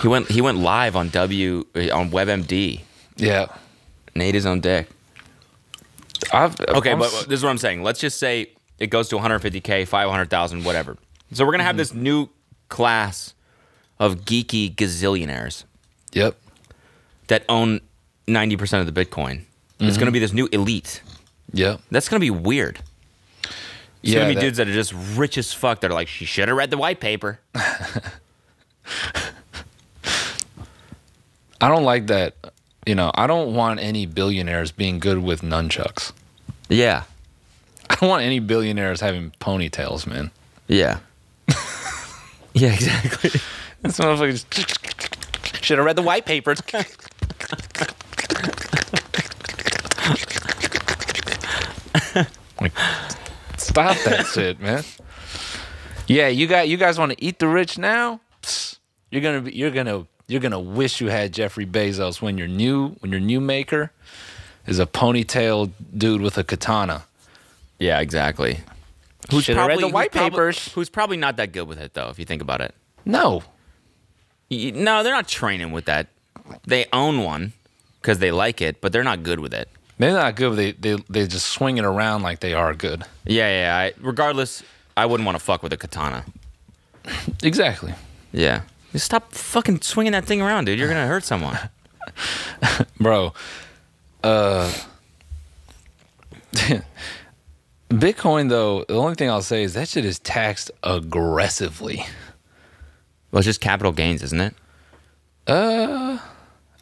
he went he went live on W uh, on WebMD
Yeah.
and ate his own dick.
I've,
Okay,
I'm
but
s-
but this is what I'm saying. Let's just say it goes to 150k, 500,000, whatever. So we're gonna have this new class of geeky gazillionaires
yep.
that own 90% of the Bitcoin. It's
Mm-hmm.
gonna be this new elite.
Yep.
That's gonna be weird. It's
Yeah,
gonna be
that-
dudes that are just rich as fuck. That are like, she should have read the white paper.
I don't like that. You know, I don't want any billionaires being good with nunchucks. [laughs]
Yeah,
I don't want any billionaires having ponytails, man.
yeah, [laughs] yeah, exactly.
This motherfucker just should have read the white [laughs] paper. Like, stop that shit, man. Yeah, you got you guys want to eat the rich now? Psst, you're gonna be, you're gonna you're gonna wish you had Jeffrey Bezos when your new when your new maker is a ponytail dude with a katana.
Yeah, exactly.
Who's Should have read the
who's
white
probably-
papers?
Who's probably not that good with it though, if you think about it.
No,
Y- No, they're not training with that. They own one because they like it, but they're not good with it.
they're not good. But they they they just swing it around like they are good.
Yeah, yeah. I, regardless, I wouldn't want to fuck with a katana.
Exactly.
Yeah. Just stop fucking swinging that thing around, dude. You're gonna hurt someone.
bro. Uh, [laughs] Bitcoin, though, the only thing I'll say is that shit is taxed aggressively.
Well, it's just capital gains, isn't it?
I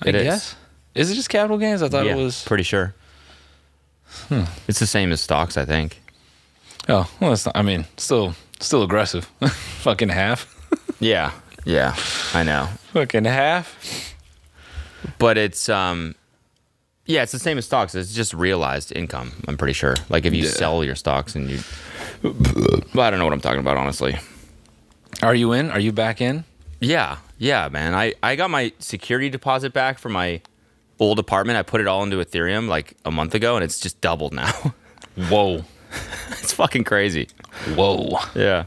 It is.
Uh, guess. Is it just capital gains? I thought it was.
pretty sure. It's the same as stocks, I think.
Oh, well, that's not. I mean, still, still aggressive. [laughs] Fucking half.
Yeah, yeah. I know.
Fucking half.
but it's um yeah it's the same as stocks it's just realized income i'm pretty sure like if you sell your stocks and you well, i don't know what i'm talking about honestly
Are you in? Are you back in?
yeah yeah man i i got my security deposit back for my old apartment i put it all into ethereum like a month ago and it's just doubled now [laughs]
Whoa,
it's fucking crazy
whoa,
yeah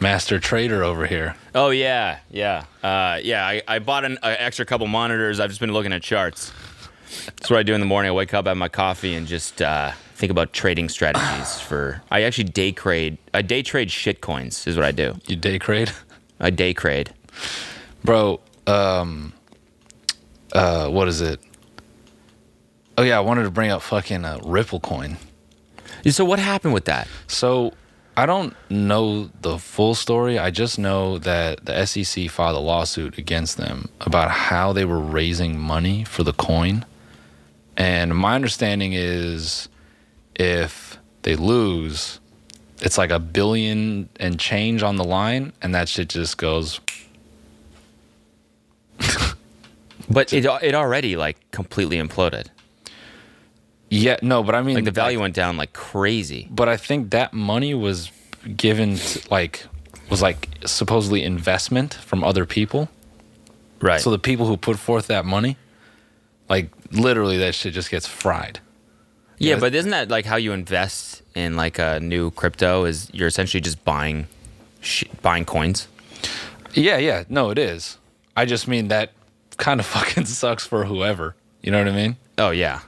master trader over here.
oh yeah yeah uh yeah i, I bought an a extra couple monitors i've just been looking at charts That's what I do in the morning. I wake up, have my coffee, and just uh, think about trading [sighs] strategies for. I actually day trade. I day trade shit coins is what I do.
You day trade,
I day trade.
bro. Um, uh, what is it? Oh yeah, I wanted to bring up fucking uh, Ripple coin.
So what happened with that?
So I don't know the full story. I just know that the SEC filed a lawsuit against them about how they were raising money for the coin. And my understanding is if they lose, it's like a billion and change on the line, and that shit just goes.
But it it already like completely imploded.
Yeah, no, but I mean,
Like the value went down like crazy.
but I think that money was given to, like was like supposedly investment from other people.
Right.
So the people who put forth that money, like literally, that shit just gets fried.
yeah, but isn't that like how you invest in like a new crypto? Is you're essentially just buying, sh- buying coins.
Yeah, yeah, no, it is. I just mean that kind of [laughs] fucking sucks for whoever. You know what I mean?
Oh yeah.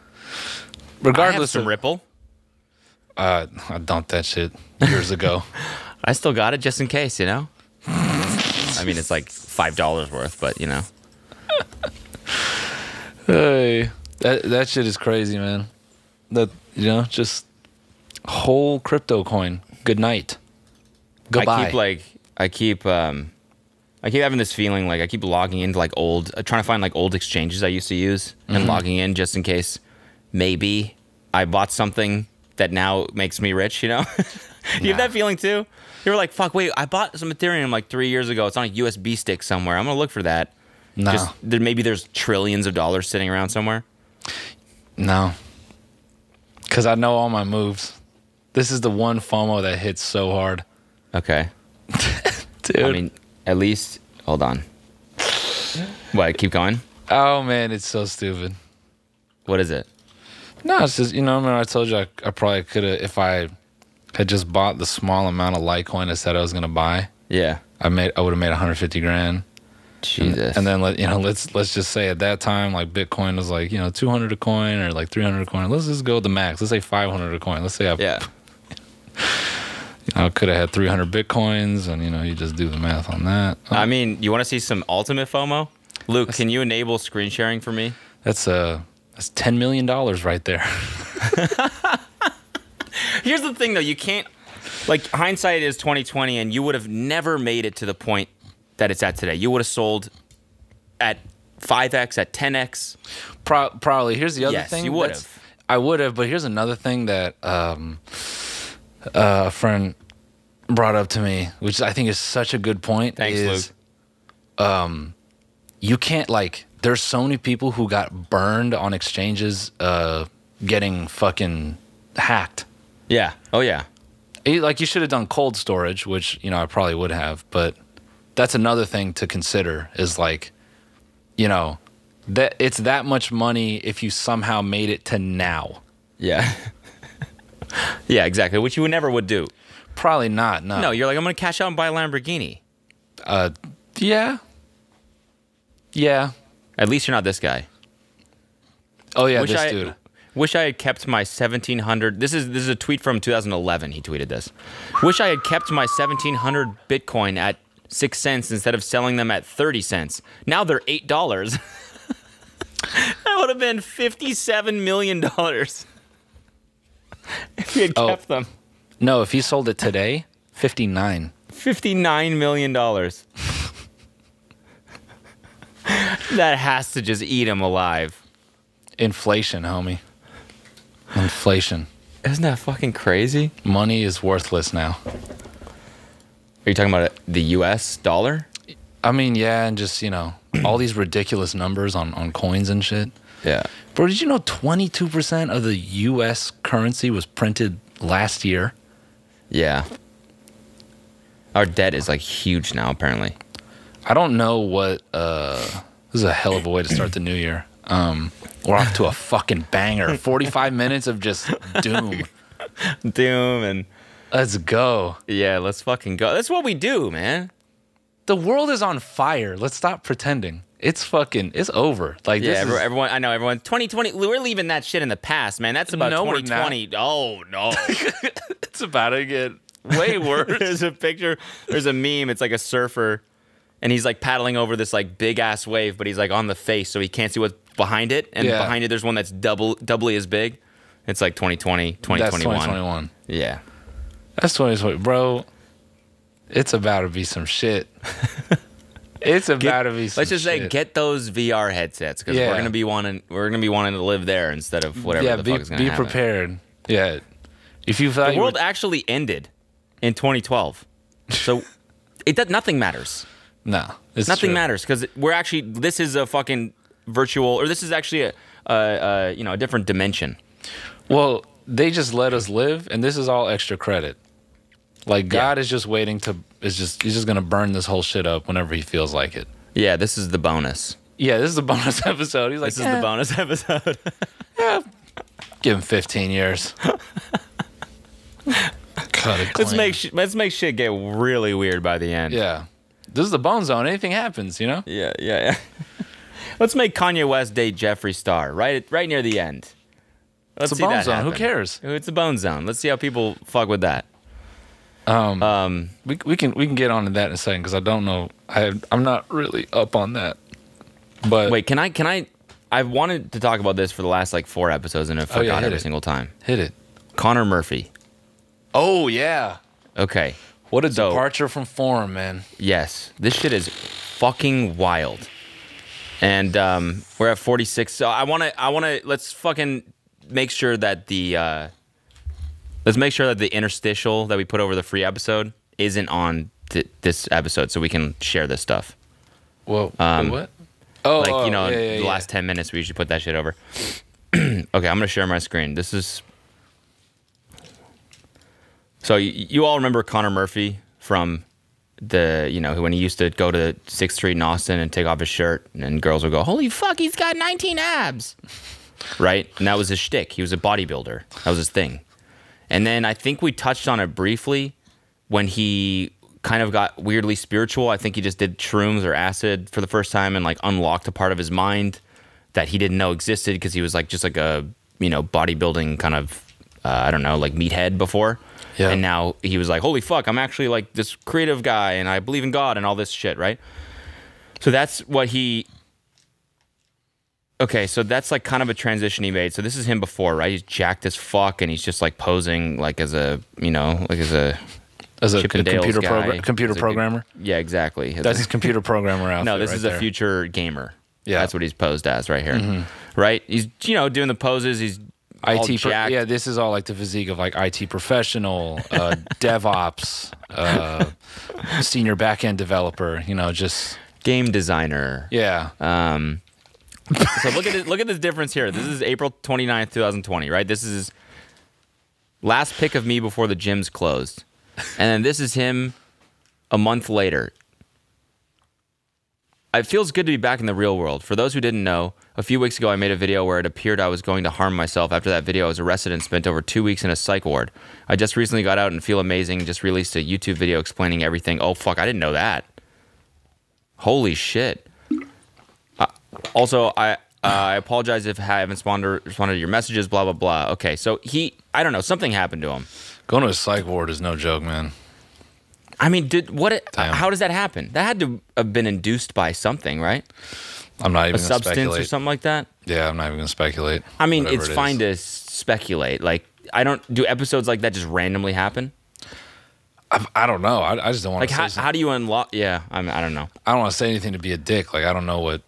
Regardless,
I have
of,
some Ripple.
uh, I dumped that shit years
[laughs]
ago.
I still got it just in case, you know. I mean, it's like five dollars worth, but you know.
hey, that that shit is crazy, man. That you know, just whole crypto coin. Good night. Goodbye.
I keep like I keep um I keep having this feeling like I keep logging into like old uh, trying to find like old exchanges I used to use and logging in just in case maybe I bought something that now makes me rich, you know? [laughs] you have that feeling too? You're like, fuck, wait, I bought some Ethereum like three years ago. It's on a USB stick somewhere. I'm gonna look for that.
no,
Just there maybe there's trillions of dollars sitting around somewhere.
no, because I know all my moves. This is the one FOMO that hits so hard,
Okay.
dude.
I mean, at least hold on. What, keep going?
oh man, it's so stupid.
What is it?
No, it's just you know. I mean, I told you I, I probably could have if I had just bought the small amount of Litecoin I said I was gonna buy.
Yeah.
I made I would have made 150 grand.
Jesus.
And then let you know, let's let's just say at that time, like Bitcoin was like you know 200 a coin or like 300 a coin. Let's just go with the max. Let's say 500 a coin. Let's say I,
Yeah.
you know, I could have had 300 bitcoins, and you know you just do the math on that.
I mean, you want to see some ultimate FOMO? Luke, can you enable screen sharing for me?
That's uh that's 10 million dollars right there. [laughs]
Here's the thing though, you can't like hindsight is 2020 and you would have never made it to the point that it's at today. You would have sold at 5x at 10x.
Pro- probably. Here's the other
Yes,
thing.
you would've.
that's- I would have, but here's another thing that um, uh, a friend brought up to me, which I think is such a good point.
Thanks,
is,
Luke.
Um, you can't like. There's so many people who got burned on exchanges, uh, getting fucking hacked.
Yeah. Oh yeah.
Eh, Like you should have done cold storage, which you know I probably would have, but that's another thing to consider is like, you know, that it's that much money if you somehow made it to now.
Yeah. [laughs] yeah, exactly, which you would never would do.
Probably not. No.
No, you're like I'm going to cash out and buy a Lamborghini.
Uh, yeah. Yeah.
At least you're not this guy.
Oh yeah,
wish
this
I,
dude.
Wish I had kept my 1700. This is this is a tweet from 2011. He tweeted this. Wish I had kept my 1700 Bitcoin at six cents instead of selling them at 30 cents. Now they're eight dollars. [laughs] that would have been 57 million dollars if he had
Oh.
kept them.
No, if he sold it today, fifty nine.
59 million dollars. that has to just eat him alive.
Inflation, homie. Inflation.
Isn't that fucking crazy?
Money is worthless now.
Are you talking about the U.S. dollar?
I mean, yeah, and just you know, all these ridiculous numbers on on coins and shit.
Yeah.
Bro, did you know 22% of the US currency was printed last year?
Yeah. Our debt is like huge now, apparently.
I don't know what. Uh, this is a hell of a way to start the new year. Um, we're off to a fucking
[laughs]
banger. 45 minutes of just doom.
Doom and
Let's go.
yeah, let's fucking go. That's what we do, man.
The world is on fire. Let's stop pretending. It's fucking, it's over. Like,
Yeah,
this
everyone,
is,
everyone. I know everyone. 2020. We're leaving that shit in the past, man. That's about
No, we're not.
2020. Oh [laughs] no.
it's about to get way worse.
there's a picture. There's a meme. It's like a surfer, and he's like paddling over this like big ass wave, but he's like on the face, so he can't see what's behind it. And
Yeah.
behind it, there's one that's double doubly as big. It's like 2020,
That's
2021.
2021.
Yeah.
That's 2020, bro. It's about to be some
[laughs]
shit. it's about to be. Some
Let's just say
shit.
get those VR headsets because
Yeah.
we're gonna be wanting we're gonna be wanting to live there instead of whatever
yeah.
the
Be,
fuck is gonna
be
happen.
prepared. Yeah. If you thought
The
you were-
world actually ended in 2012,
[laughs]
so it does nothing matters.
no, it's
Nothing
true.
matters because we're actually this is a fucking virtual or this is actually a uh, uh, you know a different dimension.
Well, they just let us live, and this is all extra credit. Like God is just waiting to is just he's just gonna burn this whole shit up whenever he feels like it.
Yeah, this is the bonus.
Yeah, this is a bonus [laughs] episode. He's like, "Eh,
This is the bonus [laughs] episode.
give him 15
[laughs]
years. Cut it
let's
clean.
make sh- let's make shit get really weird by the end.
yeah. This is the bone zone. Anything happens, you know.
yeah, yeah. yeah. [laughs] let's make Kanye West date Jeffree Star right at, right near the end.
It's
Let's
a
see
bone
that
zone. Who
happen.
cares?
It's a bone zone. Let's see how people fuck with that.
We, we can we can get on to that in a second because I don't know. I I'm not really up on that. But
Wait, can I? Can I? I've wanted to talk about this for the last like four episodes, and I forgot
Oh, yeah, hit
every
it.
single time.
hit it.
Connor Murphy.
Oh yeah.
Okay.
What a
So-
departure from form, man.
Yes, this shit is fucking wild. And um, we're at 46. So I want to. I want to. Let's fucking make sure that the. Uh, let's make sure that the interstitial that we put over the free episode isn't on th- this episode, so we can share this stuff.
Well, what? Oh,
Um, like
oh,
you know
yeah, yeah,
the
yeah.
last 10 minutes we usually put that shit over [clears throat] okay i'm gonna share my screen this is so you, you all remember connor murphy from the you know when he used to go to sixth street in austin and take off his shirt and girls would go holy fuck he's got 19 abs right and that was his shtick. he was a bodybuilder that was his thing and then i think we touched on it briefly when he kind of got weirdly spiritual. I think he just did shrooms or acid for the first time and like unlocked a part of his mind that he didn't know existed because he was like just like a you know bodybuilding kind of uh, I don't know like meathead before.
Yeah.
And now he was like, holy fuck, I'm actually like this creative guy and I believe in God and all this shit, right? So that's what he. Okay, so that's like kind of a transition he made. So this is him before, right? He's jacked as fuck and he's just like posing like as a, you know, like as a
as a,
Chip
a
and Dale's
computer
guy.
progra- computer
He's a-
programmer.
Yeah, exactly. He's
That's
a-
his computer programmer outfit.
[laughs] no, this
right
is
there.
a future gamer.
Yeah. Mm-hmm.
that's what he's posed as right here. Right? He's you know doing the poses. He's all
IT. Pro-
jacked.
yeah, this is all like the physique of like IT professional,
[laughs]
uh, DevOps, uh, senior backend developer. You know, just
game designer.
yeah,
Um, so look at this, look at this difference here. This is April 29th, 2020, right? This is last pick of me before the gyms closed. And then this is him a month later. It feels good to be back in the real world. For those who didn't know, a few weeks ago I made a video where it appeared I was going to harm myself. After that video, I was arrested and spent over two weeks in a psych ward. I just recently got out and feel amazing. Just released a YouTube video explaining everything. Oh, fuck, I didn't know that. Holy shit. Also, I uh, I apologize if I haven't responded responded to your messages. Blah blah blah. Okay, so he, I don't know, something happened to him.
going to a psych ward is no joke, man.
I mean, did what? It,
Damn.
how does that happen? That had to have been induced by something, right?
I'm not even
A
gonna
substance
speculate.
or something like that.
Yeah, I'm not even gonna speculate.
I mean,
Whatever
it's
it is.
fine to speculate. Like, I don't do episodes like that just randomly happen.
I, I don't know. I, I just don't want
Like,
to.
how, how do you unlock? Yeah, I, mean, I don't know.
I don't want to say anything to be a dick. Like I don't know what,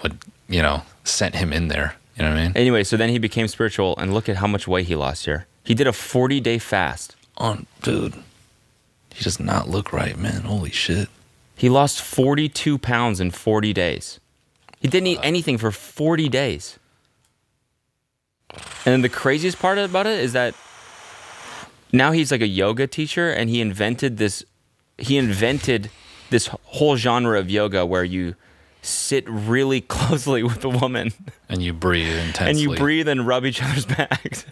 what you know, sent him in there. You know what I mean?
Anyway, so then he became spiritual, and look at how much weight he lost here. He did a forty day fast.
On dude, he does not look right, man. Holy shit.
He lost 42 pounds in 40 days. He didn't eat anything for 40 days. And the craziest part about it is that now he's like a yoga teacher and he invented this he invented this whole genre of yoga where you sit really [laughs] closely with a woman
And you breathe intensely.
and you breathe and rub each other's [laughs] backs.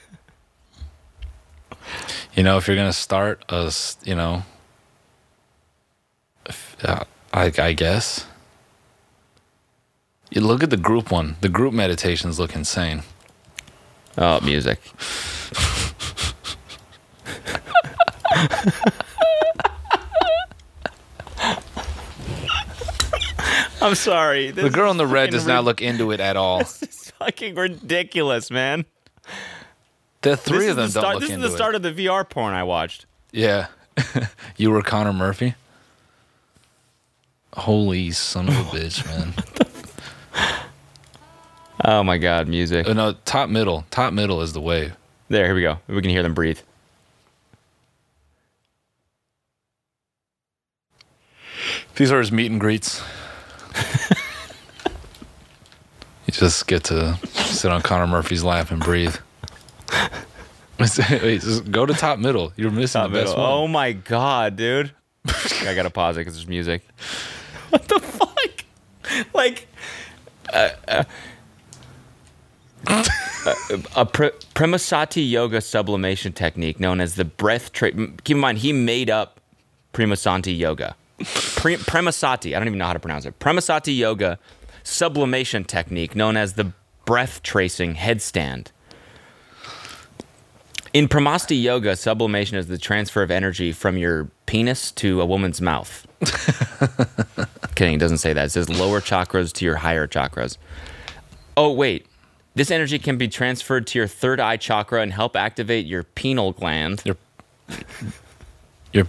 You know, if you're gonna start a, s- you know, if, uh, I, I guess. You look at the group one. The group meditations look insane.
Oh, music. I'm sorry. This
The girl in the red
fucking
does
[laughs]
not look into it at all.
is fucking ridiculous, man.
The three
This
of them
is the
don't
start,
look
This is
into
the start of the VR porn I watched.
Yeah. [laughs] you were Connor Murphy? Holy son [laughs] of a bitch, man.
Oh my God, music.
Uh, no, top middle. Top middle is the wave.
There, here we go. We can hear them breathe.
These are his meet and greets. [laughs] you just get to sit on Connor Murphy's lap and breathe. [laughs] Wait, just go to top middle. You're missing
Top
the best
middle.
one.
Oh my God, dude. [laughs] I gotta pause it because there's music. [laughs] What the fuck? [laughs] Like, uh, uh, a pre- Premasati yoga sublimation technique known as the breath tra- m- Keep in mind, he made up Premasati yoga. Pre- Premasati, I don't even know how to pronounce it. Premasati yoga sublimation technique known as the breath tracing headstand. In Pramasti yoga, sublimation is the transfer of energy from your penis to a woman's mouth. Kidding, it doesn't say that. It says lower chakras to your higher chakras. Oh, wait. This energy can be transferred to your third eye chakra and help activate your penile gland.
Your, your,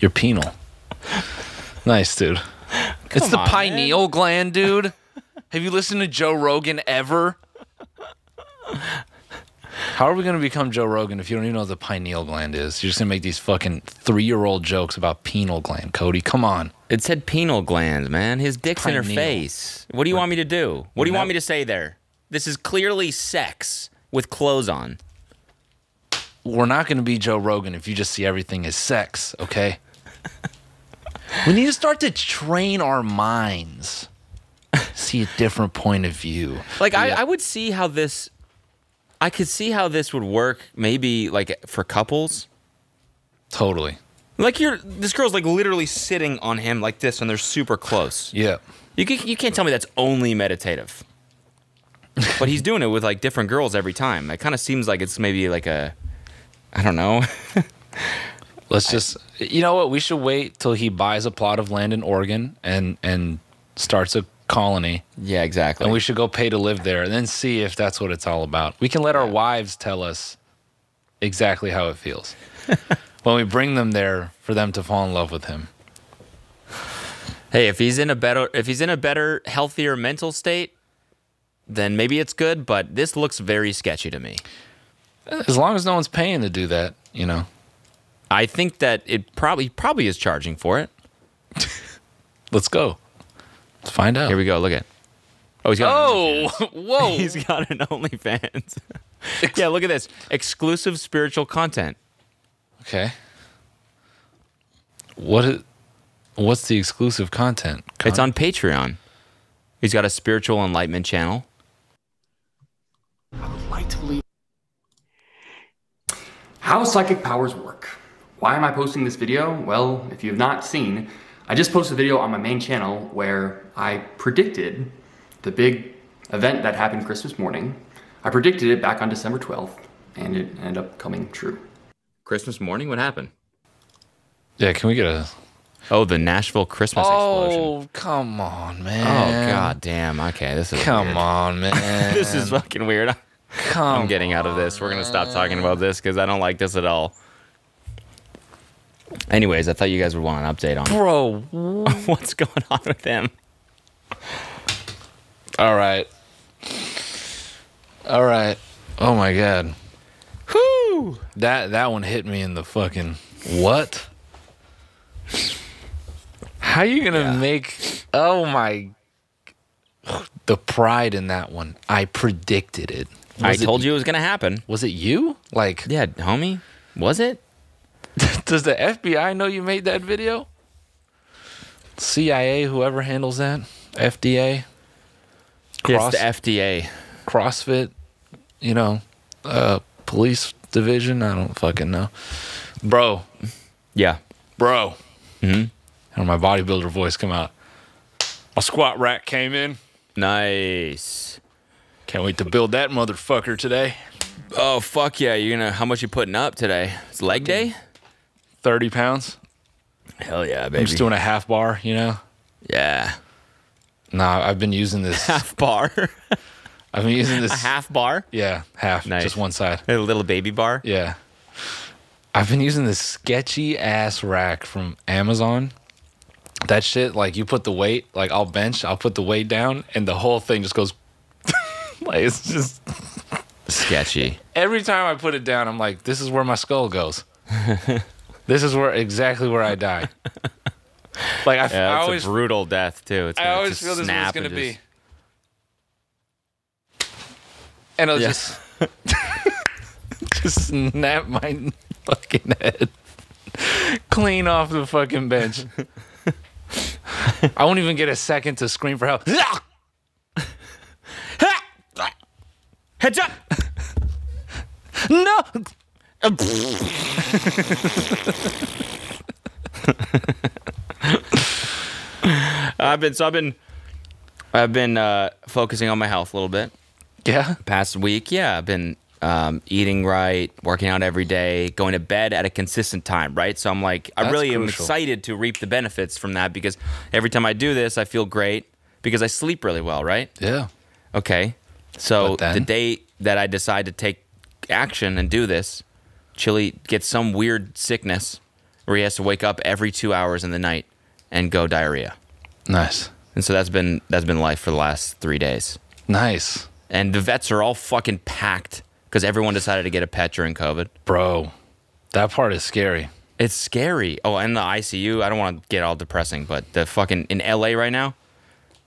your penal. Nice, dude. it's the
on, man.
pineal gland,
[laughs]
dude. Have you listened to Joe Rogan ever? How are we going to become Joe Rogan if you don't even know what the pineal gland is? You're just going to make these fucking three year old jokes about penal gland, Cody. Come on.
It said penile gland, man. His dick's in her
Pineal.
face. What do you want me to do? What do you want me to say there? This is clearly sex with clothes on.
We're not going to be Joe Rogan if you just see everything as sex,
[laughs]
okay? we need to start to train our minds, see a different point of view.
Like I, I would see how this I could see how this would work maybe like for couples.
Totally.
Like you're this girl's like literally sitting on him like this and they're super close.
Yeah.
You can, you can't tell me that's only meditative. But he's doing it with like different girls every time. It kind of seems like it's maybe like a I don't know. [laughs]
Let's just you know what? We should wait till he buys a plot of land in Oregon and and starts a colony.
yeah, exactly.
And we should go pay to live there and then see if that's what it's all about. We can let our wives tell us exactly how it feels. [laughs] when we bring them there for them to fall in love with him.
hey, if he's in a better if he's in a better healthier mental state, then maybe it's good, but this looks very sketchy to me.
As long as no one's paying to do that, you know.
I think that it probably probably is charging for it.
Let's go. Let's find out.
Here we go. Look at. Oh, he's got.
oh, [laughs] whoa.
An OnlyFans. [laughs] he's got an OnlyFans. yeah, look at this exclusive spiritual content.
okay. What is what's the exclusive content?
It's on Patreon. He's got a spiritual enlightenment channel.
I would like to leave. How psychic powers work. Why am I posting this video? Well, if you have not seen, I just posted a video on my main channel where I predicted the big event that happened Christmas morning. I predicted it back on December 12th, and it ended up coming true.
Christmas morning, what happened?
Yeah, can we get a
Oh, the Nashville Christmas explosion.
Oh, come on, man.
Oh god damn. Okay, this is
Come
weird.
on, man.
[laughs] This is fucking weird.
come
I'm getting out of this. We're gonna stop talking about this because I don't like this at all. Anyways, I thought you guys would want an update [laughs] on
bro.
what's going on with him.
All right. All right. Oh my god.
Whoo!
That that one hit me in the fucking what? How you going to make Oh my the pride in that one. I predicted it.
I
Was it-
told you it was gonna happen.
Was it you? Like
Yeah, homie. Was it?
Does the FBI know you made that video? CIA, whoever handles that, FDA, Cross-
It's the FDA.
CrossFit, you know, uh, police division. I don't fucking know, bro,
Yeah.
bro. Mm-hmm. And my bodybuilder voice come out. A squat rack came in.
Nice.
Can't wait to build that motherfucker today.
Oh fuck yeah! You're gonna how much you putting up today? It's leg day.
Thirty pounds.
Hell yeah,
I'm
baby.
just doing a half bar, you know.
yeah.
Nah, I've been using this.
[laughs] Half bar.
I've been using this.
[laughs] Half bar.
Yeah, half.
Nice.
Just one side.
A little baby bar.
Yeah. I've been using this sketchy ass rack from Amazon. That shit, like you put the weight, like I'll bench, I'll put the weight down, and the whole thing just goes. [laughs] like it's just
Sketchy.
every time I put it down, I'm like, this is where my skull goes. this is where exactly where I die. Like I, f-
[laughs] Yeah,
I
it's
always,
a brutal death too. It's
I
gonna
always
just
feel this is what it's
snap
gonna
and
be.
just-
And it'll
Yeah.
just
[laughs]
just snap my fucking head clean off the fucking bench. I won't even get a second to scream for help.
Heads up.
No.
I've been so I've been I've been uh, focusing on my health a little bit
Yeah.
past week. Yeah, I've been um, eating right, working out every day, going to bed at a consistent time. Right, so I'm like I
That's
really am
crucial.
excited to reap the benefits from that because every time I do this, I feel great because I sleep really well. Right.
Yeah.
Okay. So
But then-
the day that I decide to take action and do this, Chili gets some weird sickness where he has to wake up every two hours in the night and go diarrhea.
Nice.
And so that's been that's been life for the last three days.
Nice.
And the vets are all fucking packed because everyone decided to get a pet during COVID.
Bro, that part is scary.
It's scary. Oh, and the ICU. I don't want to get all depressing, but the fucking in LA right now,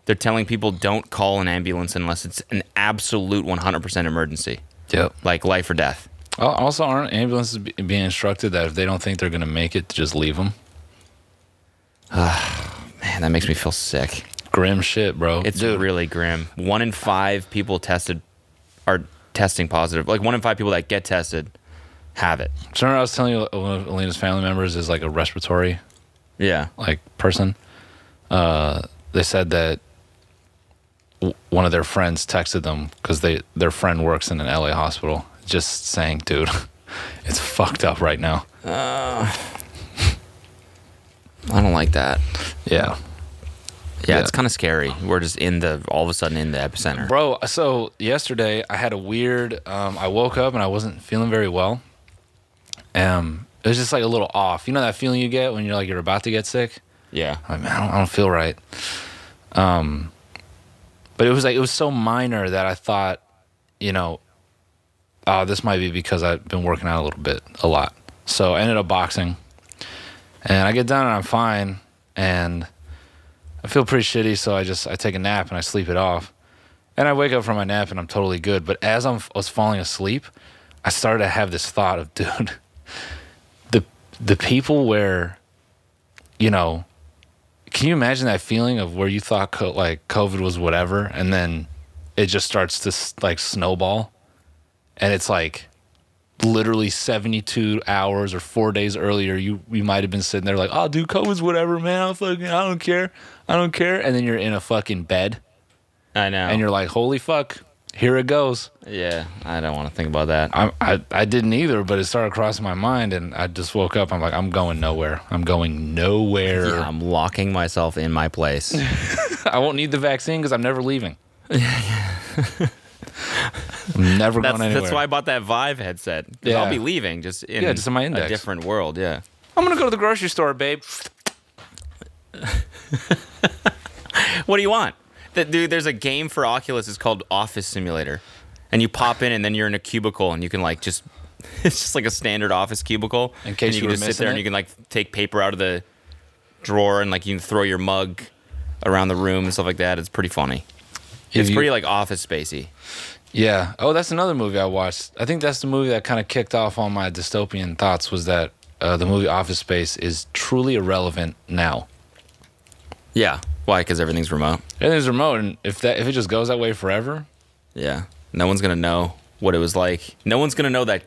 they're telling people don't call an ambulance unless it's an absolute 100% emergency,
Yep.
like life or death.
Al- Also, aren't ambulances be- being instructed that if they don't think they're going to make it, to just leave them?
Man, that makes me feel sick.
Grim shit, bro.
It's really grim. One in five people tested are testing positive. Like one in five people that get tested have it.
So remember I was telling you uh, one of Elena's family members is like a respiratory
Yeah.
like person. Uh, they said that w- one of their friends texted them because they their friend works in an LA hospital, just saying, "Dude, [laughs] it's fucked up right now."
I don't like that.
Yeah,
Yeah,
Yeah.
it's kind of scary. We're just in the all of a sudden in the epicenter.
bro. So yesterday I had a weird. Um, I woke up and I wasn't feeling very well. Um, it was just like a little off. You know that feeling you get when you're like you're about to get sick.
Yeah.
I'm like, man, I don't, I don't feel right. Um, but it was like it was so minor that I thought, you know, oh, this might be because I've been working out a little bit, a lot. So I ended up boxing, and I get down and I'm fine, and I feel pretty shitty. So I just I take a nap and I sleep it off, and I wake up from my nap and I'm totally good. But as I'm, I was falling asleep, I started to have this thought of, [laughs] dude, the the people where, you know, can you imagine that feeling of where you thought co- like COVID was whatever, and then it just starts to s- like snowball, and it's like literally 72 hours or four days earlier, you you might have been sitting there like, oh, dude, COVID's whatever, man. I fucking, I don't care, I don't care, and then you're in a fucking bed,
I know.
and you're like, holy fuck, here it goes.
yeah, I don't want to think about that.
I, I I didn't either, but it started crossing my mind, and I just woke up. I'm like, I'm going nowhere. I'm going nowhere.
Yeah, I'm locking myself in my [laughs] place.
I won't need the vaccine because I'm never [laughs] leaving. I'm never
That's,
going anywhere.
that's why I bought that Vive headset. 'cause
Yeah.
I'll be leaving just in,
Yeah, just in my
a
index.
different world. Yeah.
I'm gonna go to the grocery store, babe.
What do you want? That dude, there's a game for Oculus. It's called Office Simulator, and you pop in, and then you're in a cubicle, and you can like just. [laughs] It's just like a standard office cubicle.
In case
and
you
can
were
just sit
missing
there and
it?
you can like take paper out of the drawer and like you can throw your mug around the room and stuff like that. It's pretty funny.
If
it's
you-
pretty like office spacey.
Yeah. Oh, that's another movie I watched. I think that's the movie that kind of kicked off all my dystopian thoughts. Was that uh, the movie Office Space is truly irrelevant now?
Yeah. Why? Because everything's remote.
Everything's remote, and if that if it just goes that way forever,
Yeah. No one's gonna know what it was like. No one's gonna know that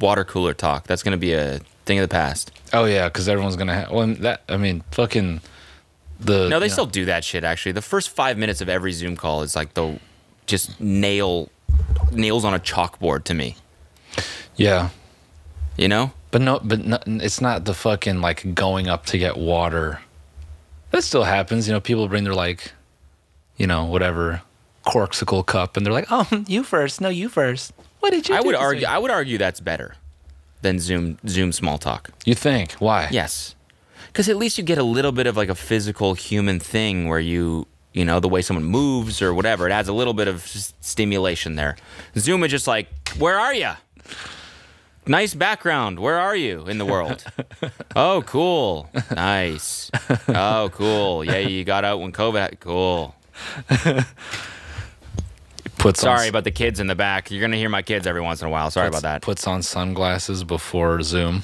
water cooler talk. That's gonna be a thing of the past.
oh yeah, because everyone's gonna. Ha- well, and that I mean, fucking the.
No, they
you know-
still do that shit. Actually, the first five minutes of every Zoom call is like the just nail nails on a chalkboard to me.
Yeah,
You know?
But no, but no, it's not the fucking like going up to get water. That still happens, you know. People bring their like, you know, whatever corksicle [laughs] cup, and they're like, "Oh, you first, no, you first. What did you?"
I
do
would
this
argue.
week?"
I would argue that's better. than Zoom Zoom small talk.
You think? Why?
Yes. Because at least you get a little bit of like a physical human thing where you, you know, the way someone moves or whatever, it adds a little bit of s- stimulation there. Zoom is just like, where are you? Nice background. Where are you in the world? oh, cool. Nice. Oh, cool. Yeah, you got out when COVID. ha- Cool.
Puts on
Sorry about the kids in the back. You're going to hear my kids every once in a while. Sorry about that.
Puts on sunglasses before Zoom.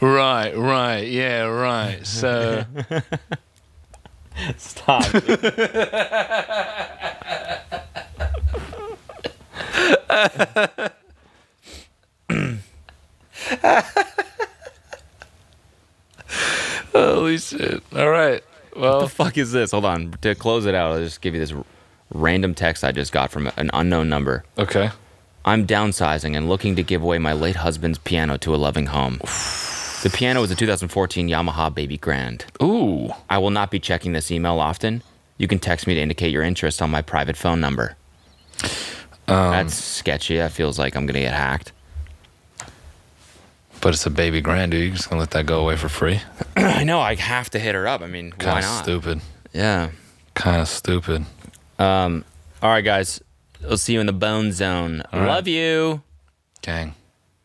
Right, right, yeah, [laughs] right. So
Stop.
[laughs] holy shit. All right. Well,
fuck is this? Hold on. To close it out, I'll just give you this r- random text I just got from an unknown number.
okay.
I'm downsizing and looking to give away my late husband's piano to a loving home. The piano was a 2014 Yamaha Baby Grand.
Ooh,
I will not be checking this email often. You can text me to indicate your interest on my private phone number. That's sketchy. That feels like I'm going to get hacked.
but it's a baby grand, dude. You're just gonna let that go away for free?
I know. I have to hit her up. I mean, why
Kind of
not?
stupid.
Yeah.
Kind of stupid.
All right, guys. I'll see you in the bone zone. Love you.
Gang.